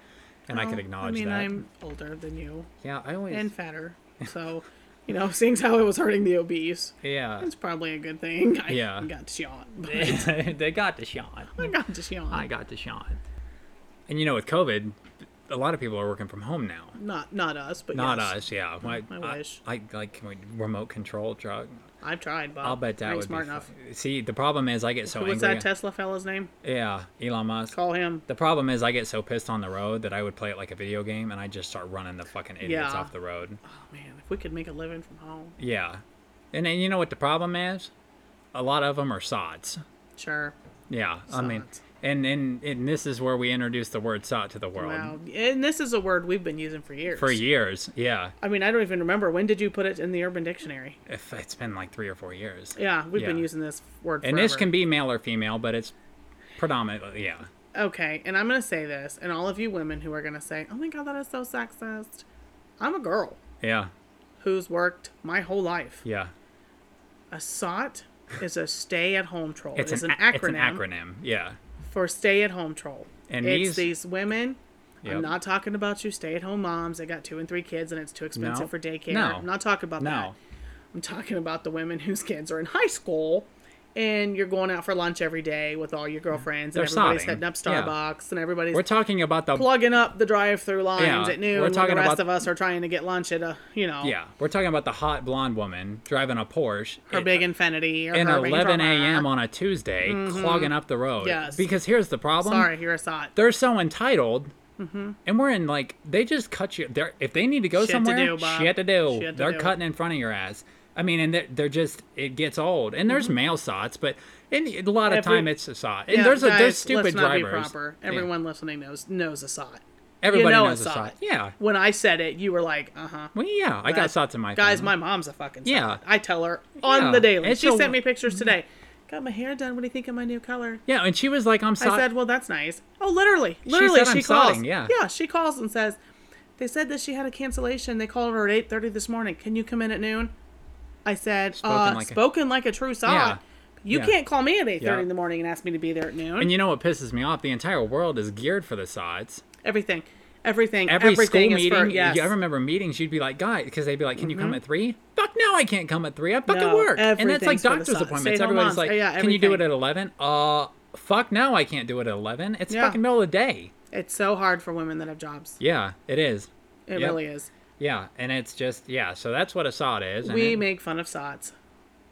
And I
Well,
could acknowledge
I mean,
that.
I'm older than you
yeah, I always.
and fatter, so you know, seeing as how it was hurting the obese,
yeah,
it's probably a good thing. I
Yeah.
got shot.
they got the shot.
I got shot.
I got the shot. And you know, with COVID, a lot of people are working from home now.
Not not us, but
Not
yes.
us, yeah. My,
I wish.
I, like can we remote control truck.
I've tried, Bob.
I'll bet that
I ain't
would
Oh, smart
be
enough.
fu- See, the problem is I get so
What's
angry.
that Tesla fella's name?
yeah, Elon Musk.
Call him.
The problem is I get so pissed on the road that I would play it like a video game and I just start running the fucking idiots
Yeah.
off the road.
Oh man, if we could make a living from home,
Yeah. And then you know what the problem is? A lot of them are sods.
sure.
Yeah, I mean,
Sods.
and, and and this is where we introduce the word "sot" to the world
Wow. And this is a word we've been using for years.
for years. Yeah,
I mean, I don't even remember when did you put it in the Urban Dictionary?
if it's been like three or four years.
Yeah, we've been
Yeah.
using this word.
And this
forever.
can be male or female, but it's predominantly yeah.
okay. And I'm gonna say this, and all of you women who are gonna say, "Oh my God, that is so sexist." I'm a girl
Yeah.
who's worked my whole life.
Yeah.
A SOT is a stay-at-home troll.
It's, an,
acronym.
acronym. It's an acronym. Yeah.
for stay at home troll.
And
it's
these-
these women.
Yep.
I'm not talking about you stay at home moms that got two and three kids and it's too expensive
No.
for daycare.
No.
I'm not talking about that.
No.
I'm talking about the women whose kids are in high school and you're going out for lunch every day with all your girlfriends
They're
and everybody's
sodding.
hitting up
Yeah.
Starbucks and everybody's
We're talking about the
plugging up the drive through lines
Yeah,
at noon
we're
when
talking
the rest
about-
of us are trying to get lunch at a, you know,
yeah. We're talking about the hot blonde woman driving a Porsche
her
at,
big infinity or
in
her big
11 a.m.
drama. Mm-hmm.
on a Tuesday, clogging up the road.
Yes.
Because here's the problem.
Sorry, you're a sot.
They're so entitled. And we're in like they just cut you. They're if they need to go
Shit to
somewhere,
do, Bob.
shit to do.
Shit to
they're
do.
cutting in front of your ass. I mean, and they're, they're just it gets old. And there's male sots, but and a lot of
Mm-hmm. Every-
time it's a sot. And
Yeah,
there's a,
guys,
there's stupid
let's not
drivers.
Be proper.
Yeah.
Everyone listening knows knows a sot.
Everybody
you know
knows
a
a
sot.
sot. Yeah.
When I said it, you were like, uh huh.
Well, yeah, I got sots in my
guys.
family.
My mom's a fucking. Sot.
Yeah.
I tell her on
Yeah,
the daily.
it's
she
a- mm-hmm.
sent me pictures today. Got my hair done. What do you think of my new color?
Yeah, and she was like, "I'm
I
sot."
said, well, that's nice. Oh, literally, literally, she,
said, "I'm
calls.
sodding," yeah.
yeah, she calls and says, they said that she had a cancellation. They called her at eight thirty this morning. Can you come in at noon? I said,
Spoken
uh,
like a-
spoken like a true sot.
Yeah.
You
Yeah.
can't call me at eight thirty
Yeah.
in the morning and ask me to be there at noon.
And you know what pisses me off? The entire world is geared for this odds.
everything, everything,
Every
everything
school
is
meeting,
for yes. Mm-hmm.
you, I remember meetings, you'd be like, guys, because they'd be like, can you come at three? Fuck no, I can't come at three. I fucking
No,
work. And that's like
everything's for the
doctor's
size.
appointments.
Stay-at-home
Everybody's
moms.
like,
Oh, yeah,
can you do it
everything.
at 11? Uh, fuck no, I can't do it at 11. It's
Yeah.
fucking middle of the day.
it's so hard for women that have jobs.
Yeah, it is.
It
Yep.
really is.
Yeah, and it's just, yeah, so that's what a sod is. and
We
it-
make fun of sods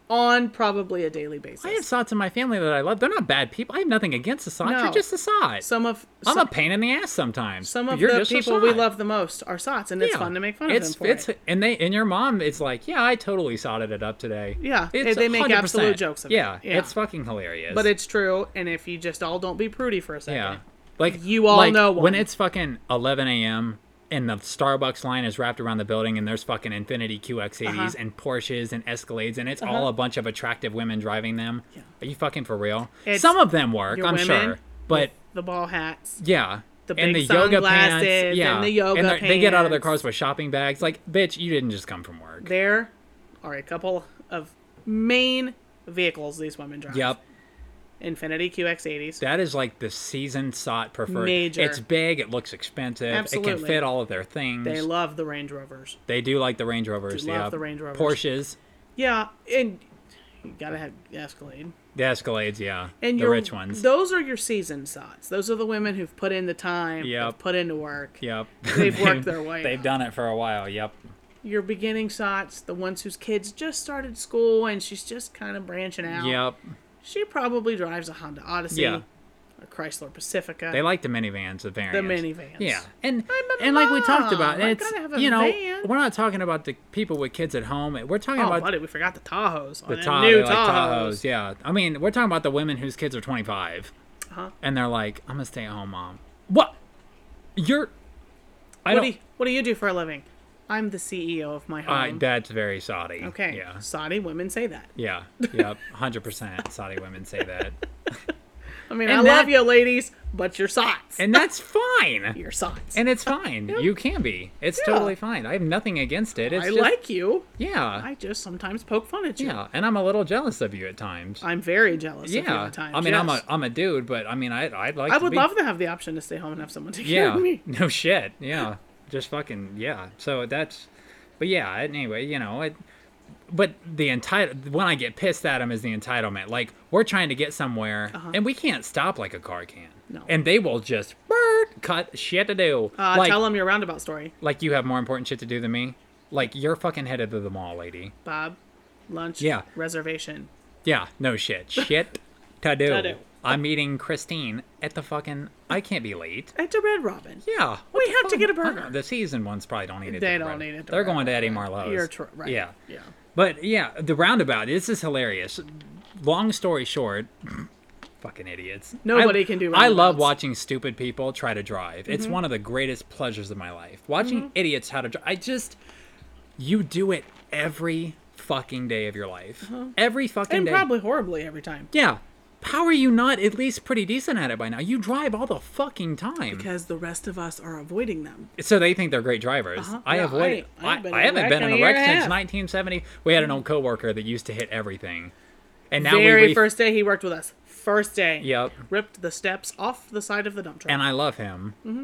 on probably a daily basis.
I have sods in my family that I love. They're not bad people. I have nothing against the sods. You're
No.
just a sod.
some of
I'm
some,
a pain in the ass sometimes.
some
but
of
you're
the
just a
people we
sod.
love the most are sods, and it's fun to make fun
it's,
of them for
it's,
it.
And they and your mom, it's like, yeah, I totally sodded it up today.
Yeah,
It's
they make
100%.
absolute jokes of it.
yeah,
Yeah.
it's fucking hilarious.
But it's true, and if you just all don't be prudy for a second,
yeah, like
You all
like,
know
when
one.
it's fucking 11 a.m. and the Starbucks line is wrapped around the building, and there's fucking Infinity QX80s
Uh-huh.
and Porsches and Escalades, and it's all a bunch of attractive women driving them.
Yeah.
Are you fucking for real?
It's
Some of them work,
your
I'm
women
sure, but
the ball hats,
yeah.
The
and the
big
yoga
sunglasses
pants,
and
yeah,
the yoga
and they're- they get out of their
pants.
cars with shopping bags. Like, bitch, you didn't just come from work.
there are a couple of main vehicles these women drive.
Yep,
Infinity QX80s.
That is like the season sought preferred.
Major.
It's big. It looks expensive. It can
Absolutely.
fit all of their things.
They
They,
love the Range Rovers.
do like the Range Rovers.
They love
yeah.
the Range Rovers.
Porsches,
Yeah, and you gotta have Escalade.
the Escalades. Yeah.
And
the
your,
rich ones.
Those are your seasoned sods. Those are the women who've put in the time,
Yep.
have put into work.
yep.
They've worked their way
They've
up.
done it for a while. Yep.
Your beginning sods, the ones whose kids just started school and she's just kind of branching out.
Yep.
She probably drives a Honda Odyssey,
Yeah.
a Chrysler Pacifica.
They like the minivans, the variants.
minivans.
Yeah, and
a
and like we talked about,
mom. I
it's
gotta have a
you know
van.
we're not talking about the people with kids at home. We're talking
oh,
about
buddy, we forgot the Tahoes.
the
The
Tahoe,
new
they like Tahoes. Yeah, I mean, we're talking about the women whose kids are 25,
Uh-huh.
and they're like, "I'm a stay-at-home mom." What? You're? I
What
don't.
do, you, what do you do for a living? I'm the CEO of my
I-
home.
that's very Saudi.
okay.
Yeah.
Saudi women say that.
Yeah. Yep. Hundred percent. Saudi women say that,
I mean,
And
I
that-
love you, ladies, but you're sots.
and that's fine.
you're sots.
And it's fine. You can be. It's
Yeah.
totally fine. I have nothing against it. It's
I
just-
like you.
Yeah.
I just sometimes poke fun at you.
yeah. And I'm a little jealous of you at times.
I'm very jealous of you
yeah.
at times.
I mean, I'm a
yes.
I'm a dude, but I mean, I I'd like.
I
to
would
be-
love to have the option to stay home and have someone take care
Yeah.
of me.
No shit. Yeah. Just fucking yeah. So that's, but yeah. Anyway, you know it. But the entitle when I get pissed at them is the entitlement. Like we're trying to get somewhere, and we can't stop like a car can.
Uh-huh. No.
And they will just bird cut shit to do.
Uh,
like
tell them your roundabout story,
like you have more important shit to do than me. Like you're fucking headed to the mall, lady.
Bob. Lunch
Yeah.
reservation.
Yeah. No shit. Shit to do.
To do.
I'm meeting Christine at the fucking. I can't be late.
At the Red Robin.
Yeah,
We have to get a burger.
Uh, The season ones probably don't eat it.
They
to
don't
bread.
need it.
They're
bread.
going to Eddie Marlowe's.
You're tr- right.
Yeah,
Yeah.
but yeah, the roundabout. This is hilarious. Long story short, fucking idiots.
Nobody
I,
can do
I love
roundabouts. Mm-hmm.
watching stupid people try to drive. It's one of the greatest pleasures of my life. Watching idiots how to drive. I just, you do it every fucking day of your life. Every fucking
Uh-huh. And
day.
probably horribly every time.
yeah. How are you not at least pretty decent at it by now? You drive all the fucking time.
Because the rest of us are avoiding them.
so they think they're great drivers. I
Uh-huh. Yeah,
have avoid.
I-
I,
I
I,
ain't been in a
haven't
wreck
been in
in a
a
year
wreck
and a
since
half. Mm-hmm.
1970. We had an old coworker that used to hit everything, and now
Very
we. Ref-
first day he worked with us. First day.
Yep.
Ripped the steps off the side of the dump truck.
and I love him,
Mm-hmm.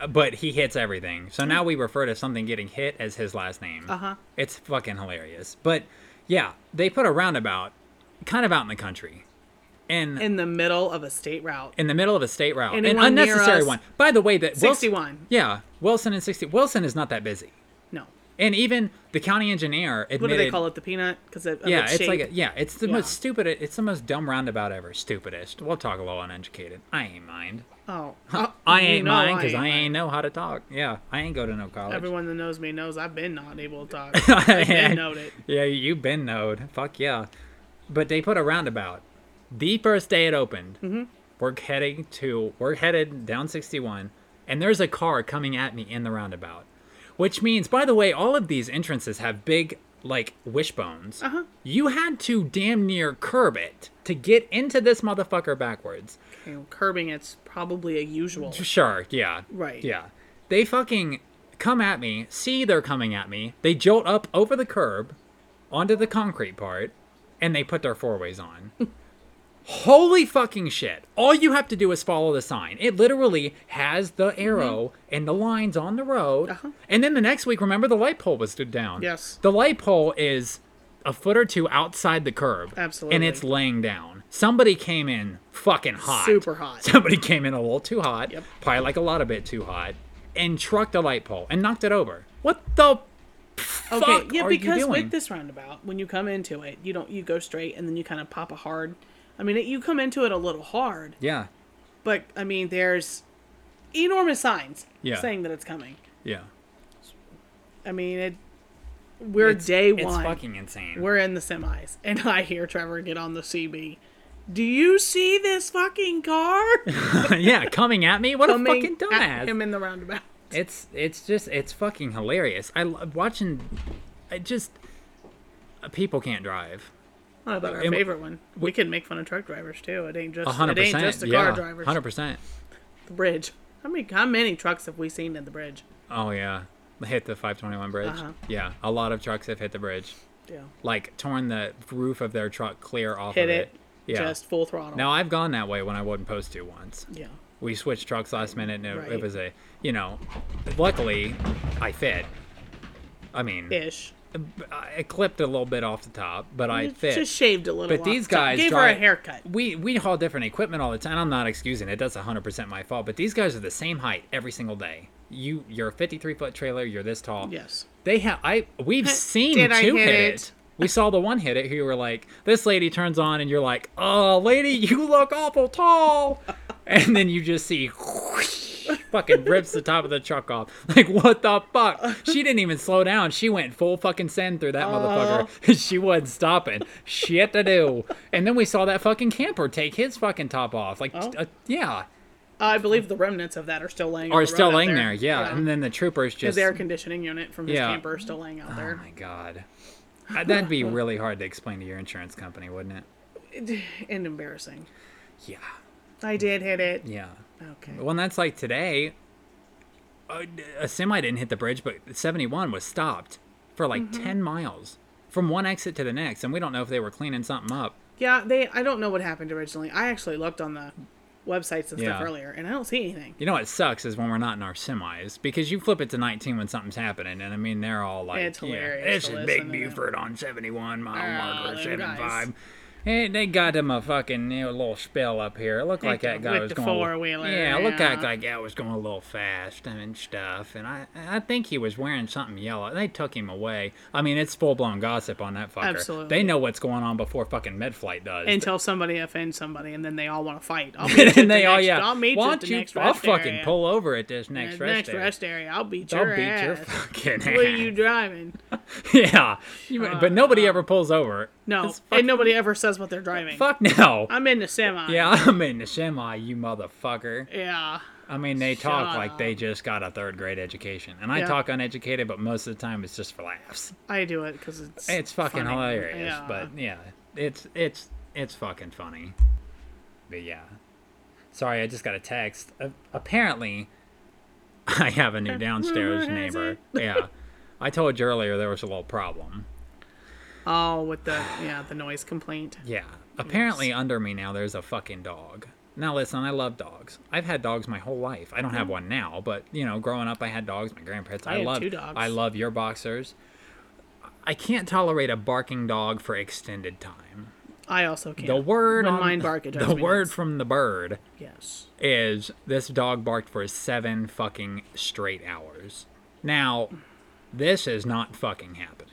Uh, but he hits everything. So now we refer to something getting hit as his last name. Uh
Uh-huh.
It's fucking hilarious, but yeah, they put a roundabout, kind of out in the country, and.
in the middle of a state route.
in the middle of a state route, an
Anyone near
unnecessary
us?
one. By the way, that Wilson-
61.
yeah, Wilson and sixty. Wilson is not that busy,
No.
and even the county engineer admitted.
What do they call it? The peanut? Because of
Yeah,
its
it's
shape.
like a, yeah, it's the
Yeah.
most stupid. It's the most dumb roundabout ever. Stupidest. We'll talk a little uneducated. I ain't mind.
oh,
I
you
ain't
know
mind because I
mine.
ain't know how to talk. Yeah, I ain't go to no college.
Everyone that knows me knows I've been not able to talk. I've been known it.
Yeah, you been knowed. Fuck yeah. But they put a roundabout. The first day it opened, we're heading to we're headed down 61, and there's a car coming at me in the roundabout. Which means, by the way, all of these entrances have big like wishbones. Uh-huh. You had to damn near curb it to get into this motherfucker backwards.
You know, curbing it's probably a usual.
Sure, yeah.
Right.
Yeah. They fucking come at me, see they're coming at me, they jolt up over the curb onto the concrete part, and they put their four ways on. Holy fucking shit. All you have to do is follow the sign. It literally has the arrow and the lines on the road.
Mm-hmm. Uh-huh.
And then the next week, remember the light pole was stood down.
Yes.
The light pole is a foot or two outside the curb. And
Absolutely.
it's laying down. Somebody came in fucking hot.
Super hot.
Somebody came in a little too hot,
Yep.
probably like a lot of bit too hot, and trucked the light pole and knocked it over. What the
Okay,
fuck
yeah,
are you
because
doing?
with this roundabout, when you come into it, you don't you go straight and then you kind of pop a hard. I mean, it, you come into it a little hard,
Yeah.
but I mean, there's enormous signs
Yeah.
saying that it's coming.
Yeah.
I mean, it. We're day
It's
one.
fucking insane.
We're in the semis, and I hear Trevor get on the CB. Do you see this fucking car
yeah, coming at me? What a fucking dumbass.
at him in the roundabout?
It's it's just it's fucking hilarious. I love watching. I just uh, people can't drive.
What about our
And we-
favorite one? We can make fun of truck drivers too. It ain't just
A hundred
it ain't
percent.
just the
Yeah,
car drivers.
hundred percent.
The bridge. How many how many trucks have we seen at the bridge?
Oh yeah, hit the five twenty one bridge.
Uh-huh.
Yeah, a lot of trucks have hit the bridge,
Yeah.
like torn the roof of their truck clear off
Hit
of
it.
it. Yeah.
Just full throttle.
now I've gone that way when I wasn't supposed to once.
Yeah.
we switched trucks last minute and it, it
Right.
was a you know luckily i fit i mean
Ish.
i clipped a little bit off the top but i
Just-
fit
Just shaved a little.
but
off
these
the top.
guys
gave her a
drive-
haircut.
we we haul different equipment all the time i'm not excusing it that's 100% my fault but these guys are the same height every single day you you're a 53 foot trailer you're this tall
Yes.
they have I we've seen
Did
two
I
hit,
hit
it.
it?
We saw the one hit it who were like, This lady turns on and you're like, Oh lady, you look awful tall and then you just see whoosh, fucking rips the top of the truck off. Like, what the fuck? She didn't even slow down. She went full fucking send through that motherfucker. she wasn't stopping. Shit to do. And then we saw that fucking camper take his fucking top off. Like
Oh.
uh, yeah.
I believe the remnants of that are still laying. on
Or
the
still
road out
laying there, yeah. And
Yeah.
then the troopers
His
just
air conditioning unit from his
Yeah.
camper is still laying out
Oh
there.
my god. Uh, That'd be really hard to explain to your insurance company, wouldn't it?
And embarrassing.
Yeah.
I did hit it.
Yeah.
Okay.
Well, and that's like today. A, a semi didn't hit the bridge, but 71 was stopped for like 10 miles from one exit to the next, and we don't know if they were cleaning something up.
Yeah, they. I don't know what happened originally. I actually looked on the websites and
Yeah.
stuff earlier, and I don't see anything.
You know what sucks is when we're not in our semis because you flip it to 19 when something's happening, and I mean they're all like,
It's hilarious
"Yeah, this
to
is
listen to
Big
them.
Buford on 71 mile
Oh,
marker
them
75." And they got him a fucking you know, little spell up here. It looked like
the-
that guy
with
was
the
going
four-wheeler,
Yeah, it looked
yeah.
like like that was going a little fast and stuff. And I I think he was wearing something yellow. They took him away. I mean, it's full blown gossip on that fucker.
Absolutely.
They know what's going on before fucking MedFlight does.
Until somebody offends somebody, and then they all want to fight. I'll
and
meet you at the
they all
next-
yeah.
I'll meet
Why
you at
don't
the
you?
next
I'll
rest
fucking
area.
pull over at this next
Next
rest
rest,
area.
area. I'll beat
I'll
your
beat
ass.
your fucking ass.
What are you driving?
yeah. You- but nobody ever pulls over.
No,
It's fucking-
and nobody ever says what they're driving.
Fuck no.
I'm in the semi.
yeah, I'm in the semi, you motherfucker.
Yeah.
I mean, they talk
Shut
like they just got a third grade education. And I
Yeah.
talk uneducated, but most of the time it's just for laughs.
I do it because it's
It's fucking
funny.
hilarious,
Yeah.
but yeah, it's it's it's fucking funny. But yeah, sorry, I just got a text. Uh, apparently, I have a new downstairs
rumor has
neighbor.
it.
yeah, I told you earlier there was a little problem.
oh, with the yeah the noise complaint.
Yeah, apparently under me now there's a fucking dog. Now listen, I love dogs. I've had dogs my whole life. I don't have one now, but you know, growing up I had dogs. My grandparents. I,
Mm-hmm. had
love
two dogs.
I love your boxers. I can't tolerate a barking dog for extended time.
I also can't.
The word
when
on
mine bark, it drives
the
me
word
nuts.
from the bird
yes.
is this dog barked for seven fucking straight hours. Now, this is not fucking happening.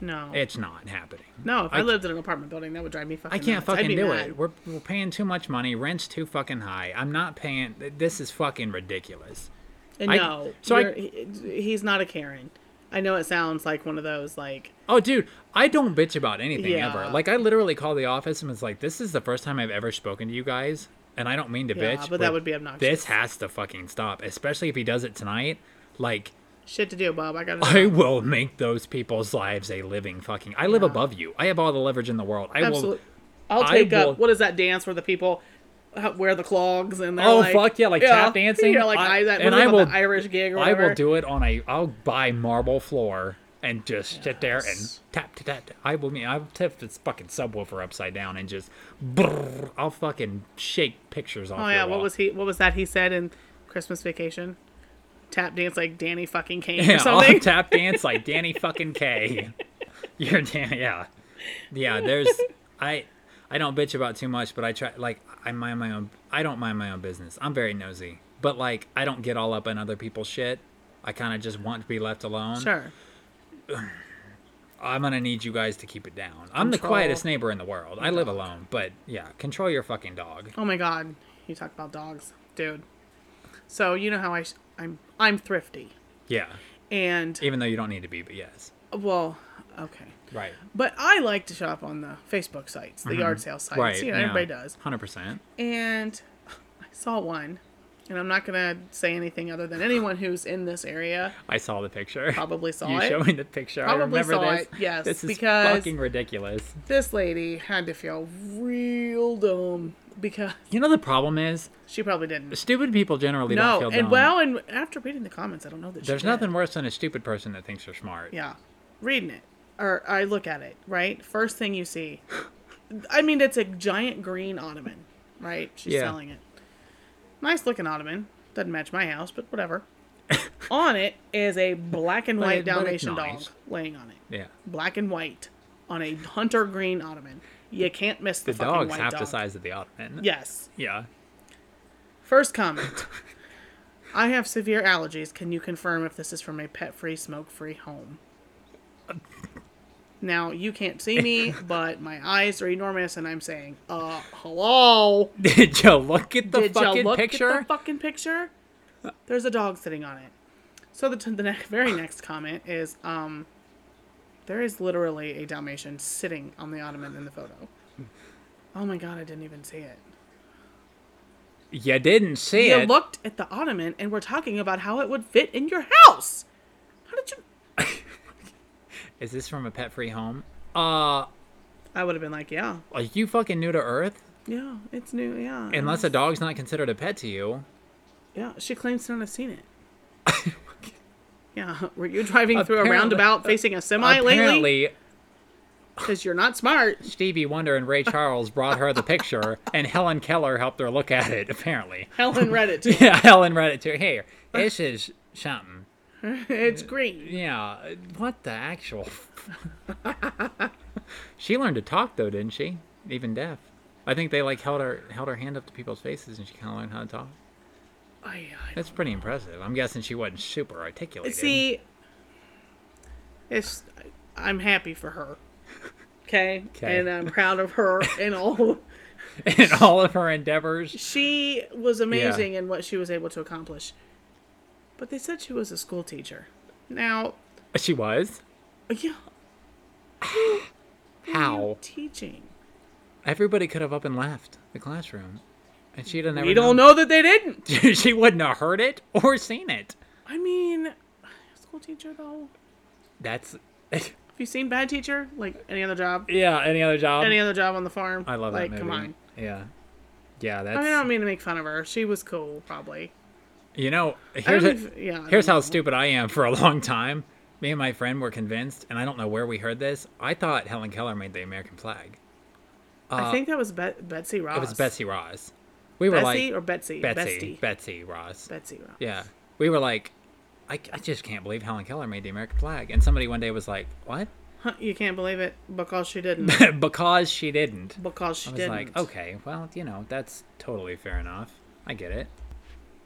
No.
It's not happening.
no. If I,
I-
lived in an apartment building, that would drive me fucking.
I can't
nuts. I'd
fucking
be
do
mad.
it. We're, we're paying too much money. Rent's too fucking high. I'm not paying. This is fucking ridiculous.
And
I-
no.
so I-
you're- he- he's not a Karen. I know it sounds like one of those like
Oh, dude, I don't bitch about anything ever.
Yeah.
Like, I literally called the office and was like, this is the first time I've ever spoken to you guys. And I don't mean to
Yeah,
bitch.
but that would be obnoxious.
This has to fucking stop, especially if he does it tonight. Like,
shit to do, Bob. I gotta.
I will make those people's lives a living fucking. I live
Yeah.
above you. I have all the leverage in the world. I
Absolutely.
will.
I'll
I
take
will-
up. What is that dance where the people uh, wear the clogs and they're
Oh,
like,
fuck yeah, like tap dancing?
Yeah, like
I-
I, that,
and
and
I
I
will-
the Irish gig. Or
I will
whatever?
do it on a. I'll buy marble floor and just sit there and
Yes.
tap tap tap. tap. I will mean I'll tip this fucking subwoofer upside down and just brrr, I'll fucking shake pictures off.
Oh
your
yeah,
wall.
what was he? What was that he said in Christmas Vacation? Tap dance like Danny fucking Kane
yeah,
or something.
I'll tap dance like Danny fucking K. You're Dan, yeah, yeah. There's I, I don't bitch about too much, but I try like I mind my own. I don't mind my own business. I'm very nosy, but like I don't get all up in other people's shit. I kind of just want to be left alone.
sure.
I'm gonna need you guys to keep it down. I'm the
Control
quietest neighbor in the world. I live alone, but yeah, control your fucking dog.
Oh my god, you talk about dogs, dude. So you know how I sh- I'm I'm thrifty
Yeah,
and
even though you don't need to be, but yes,
well, okay.
right,
But I like to shop on the Facebook sites, the yard sale sites.
Mm-hmm. right.
You know, everybody does.
Hundred percent.
and I saw one, and I'm not gonna say anything other than anyone who's in this area
I saw the picture.
probably saw
you
it.
showing the picture. I
Probably
remember
saw
this.
it, yes,
this is
because-
fucking ridiculous.
This lady had to feel real dumb because
You know the problem is
she probably didn't.
stupid people generally don't
No,
feel
and
dumb.
well, and after reading the comments, I don't know that she
There's
did.
nothing worse than a stupid person that thinks they're smart.
Yeah, reading it or I look at it right. First thing you see, I mean, it's a giant green ottoman, right? She's
Yeah.
selling it. Nice looking ottoman. Doesn't match my house, but whatever. on it is a black and
But
white
it- but it's
Dalmatian dog
nice.
laying on it.
Yeah.
Black and white on a hunter green ottoman. You can't miss the,
The
fucking
dog's
white
half
dog.
the size of the ottoman.
Yes.
Yeah.
First comment. I have severe allergies. Can you confirm if this is from a pet free, smoke free home? Now, you can't see me, but my eyes are enormous, and I'm saying, uh, hello?
Did you look at the
Did you
fucking
look
picture?
at the fucking picture? There's a dog sitting on it. So the, t- the ne- very next comment is, um, there is literally a Dalmatian sitting on the ottoman in the photo. Oh my god, I didn't even see it.
you didn't see
You
it.
looked at the ottoman and we're talking about how it would fit in your house. How did you?
Is this from a pet-free home? Uh,
I would have been like, yeah,
are you fucking new to Earth?
yeah, it's new, yeah.
Unless a dog's not considered a pet to you.
yeah, she claims to not have seen it. yeah, were you driving through a
Apparently-
roundabout facing a semi lately?
Apparently,
Because you're not smart.
Stevie Wonder and Ray Charles brought her the picture, and Helen Keller helped her look at it. Apparently.
Helen read it. too.
Yeah, Helen read it too. Here, this is something.
it's green.
Yeah, what the actual? she learned to talk though, didn't she? Even deaf. I think they like held her held her hand up to people's faces, and she kind of learned how to talk.
I, I,
That's pretty impressive. I'm guessing she wasn't super articulated.
see, it's. I'm happy for her. Okay,
'Kay.
and I'm proud of her and all.
in all of her endeavors,
She was amazing in what she was able to accomplish. But they said she was a school teacher. Now,
she was.
yeah,
How?
Mm-hmm. teaching.
Everybody could have up and left the classroom, and she'd have never.
We
known.
don't know that they didn't.
she wouldn't have heard it or seen it.
I mean, school teacher though.
That's.
Have you seen Bad Teacher? Like any other job?
yeah. Any other job?
Any other job on the farm?
I love
like,
that movie.
come on.
Yeah. Yeah, that's.
I mean, I don't mean to make fun of her. She was cool, probably.
You know, here's
don't
a-
even- yeah, I
here's
don't
how
know.
stupid I am. For a long time, me and my friend were convinced, and I don't know where we heard this. I thought Helen Keller made the American flag.
I think that was Bet Betsy Ross.
It was Betsy Ross. We were
Bessie
like
or Betsy?
Betsy,
Bestie.
Betsy Ross.
Betsy Ross.
yeah, we were like, I, I just can't believe Helen Keller made the American flag. And somebody one day was like, "What?"
Huh, you can't believe it because she didn't.
because she didn't.
Because she
I was
didn't.
like, okay, well, you know, that's totally fair enough. I get it.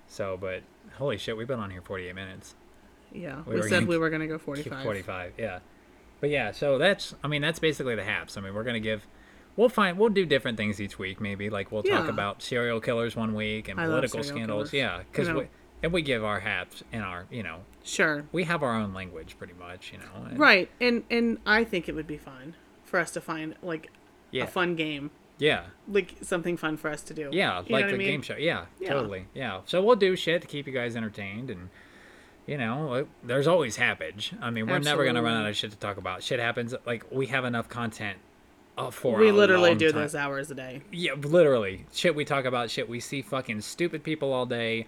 So, but holy shit, we've been on here 48 minutes.
Yeah,
We
we,
were
said
gonna
we were gonna go
Keep
45.
45 yeah but yeah so that's i mean that's basically the haps i mean we're gonna give we'll find we'll do different things each week maybe like we'll talk
Yeah.
about serial killers one week and
I love
political
serial
scandals
killers.
yeah because
You know.
we and we give our haps in our you know
Sure.
we have our own language pretty much you know and-
Right, and and I think it would be fun for us to find like
yeah
a fun game,
yeah
like something fun for us to do.
yeah
You know
like
what I
the
mean?
game show yeah,
Yeah.
totally yeah so we'll do shit to keep you guys entertained and you know it- there's always happage i mean we're never gonna run
Absolutely.
out of shit to talk about shit happens like we have enough content uh, for
We
a
literally
long
do
time.
those hours a day.
Yeah, literally. Shit we talk about, shit we see fucking stupid people all day.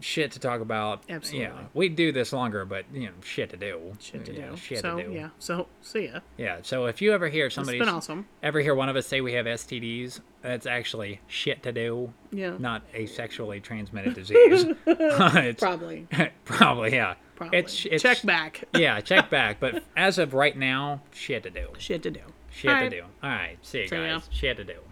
shit to talk about. Yeah,
Absolutely.
we do this longer, but you know, shit to do.
Shit to
You know,
do.
Shit
so
to do.
yeah. So see ya.
Yeah, So if you ever hear somebody
been awesome.
ever hear one of us say we have STDs, that's actually shit to do.
Yeah.
Not a sexually transmitted disease. it's,
Probably.
probably, yeah.
Probably.
It's, it's
Check back.
yeah, check back. But as of right now, shit to do.
Shit to do.
Shit
All
to
right.
do. All right. See you
See ya.
guys. Shit to do.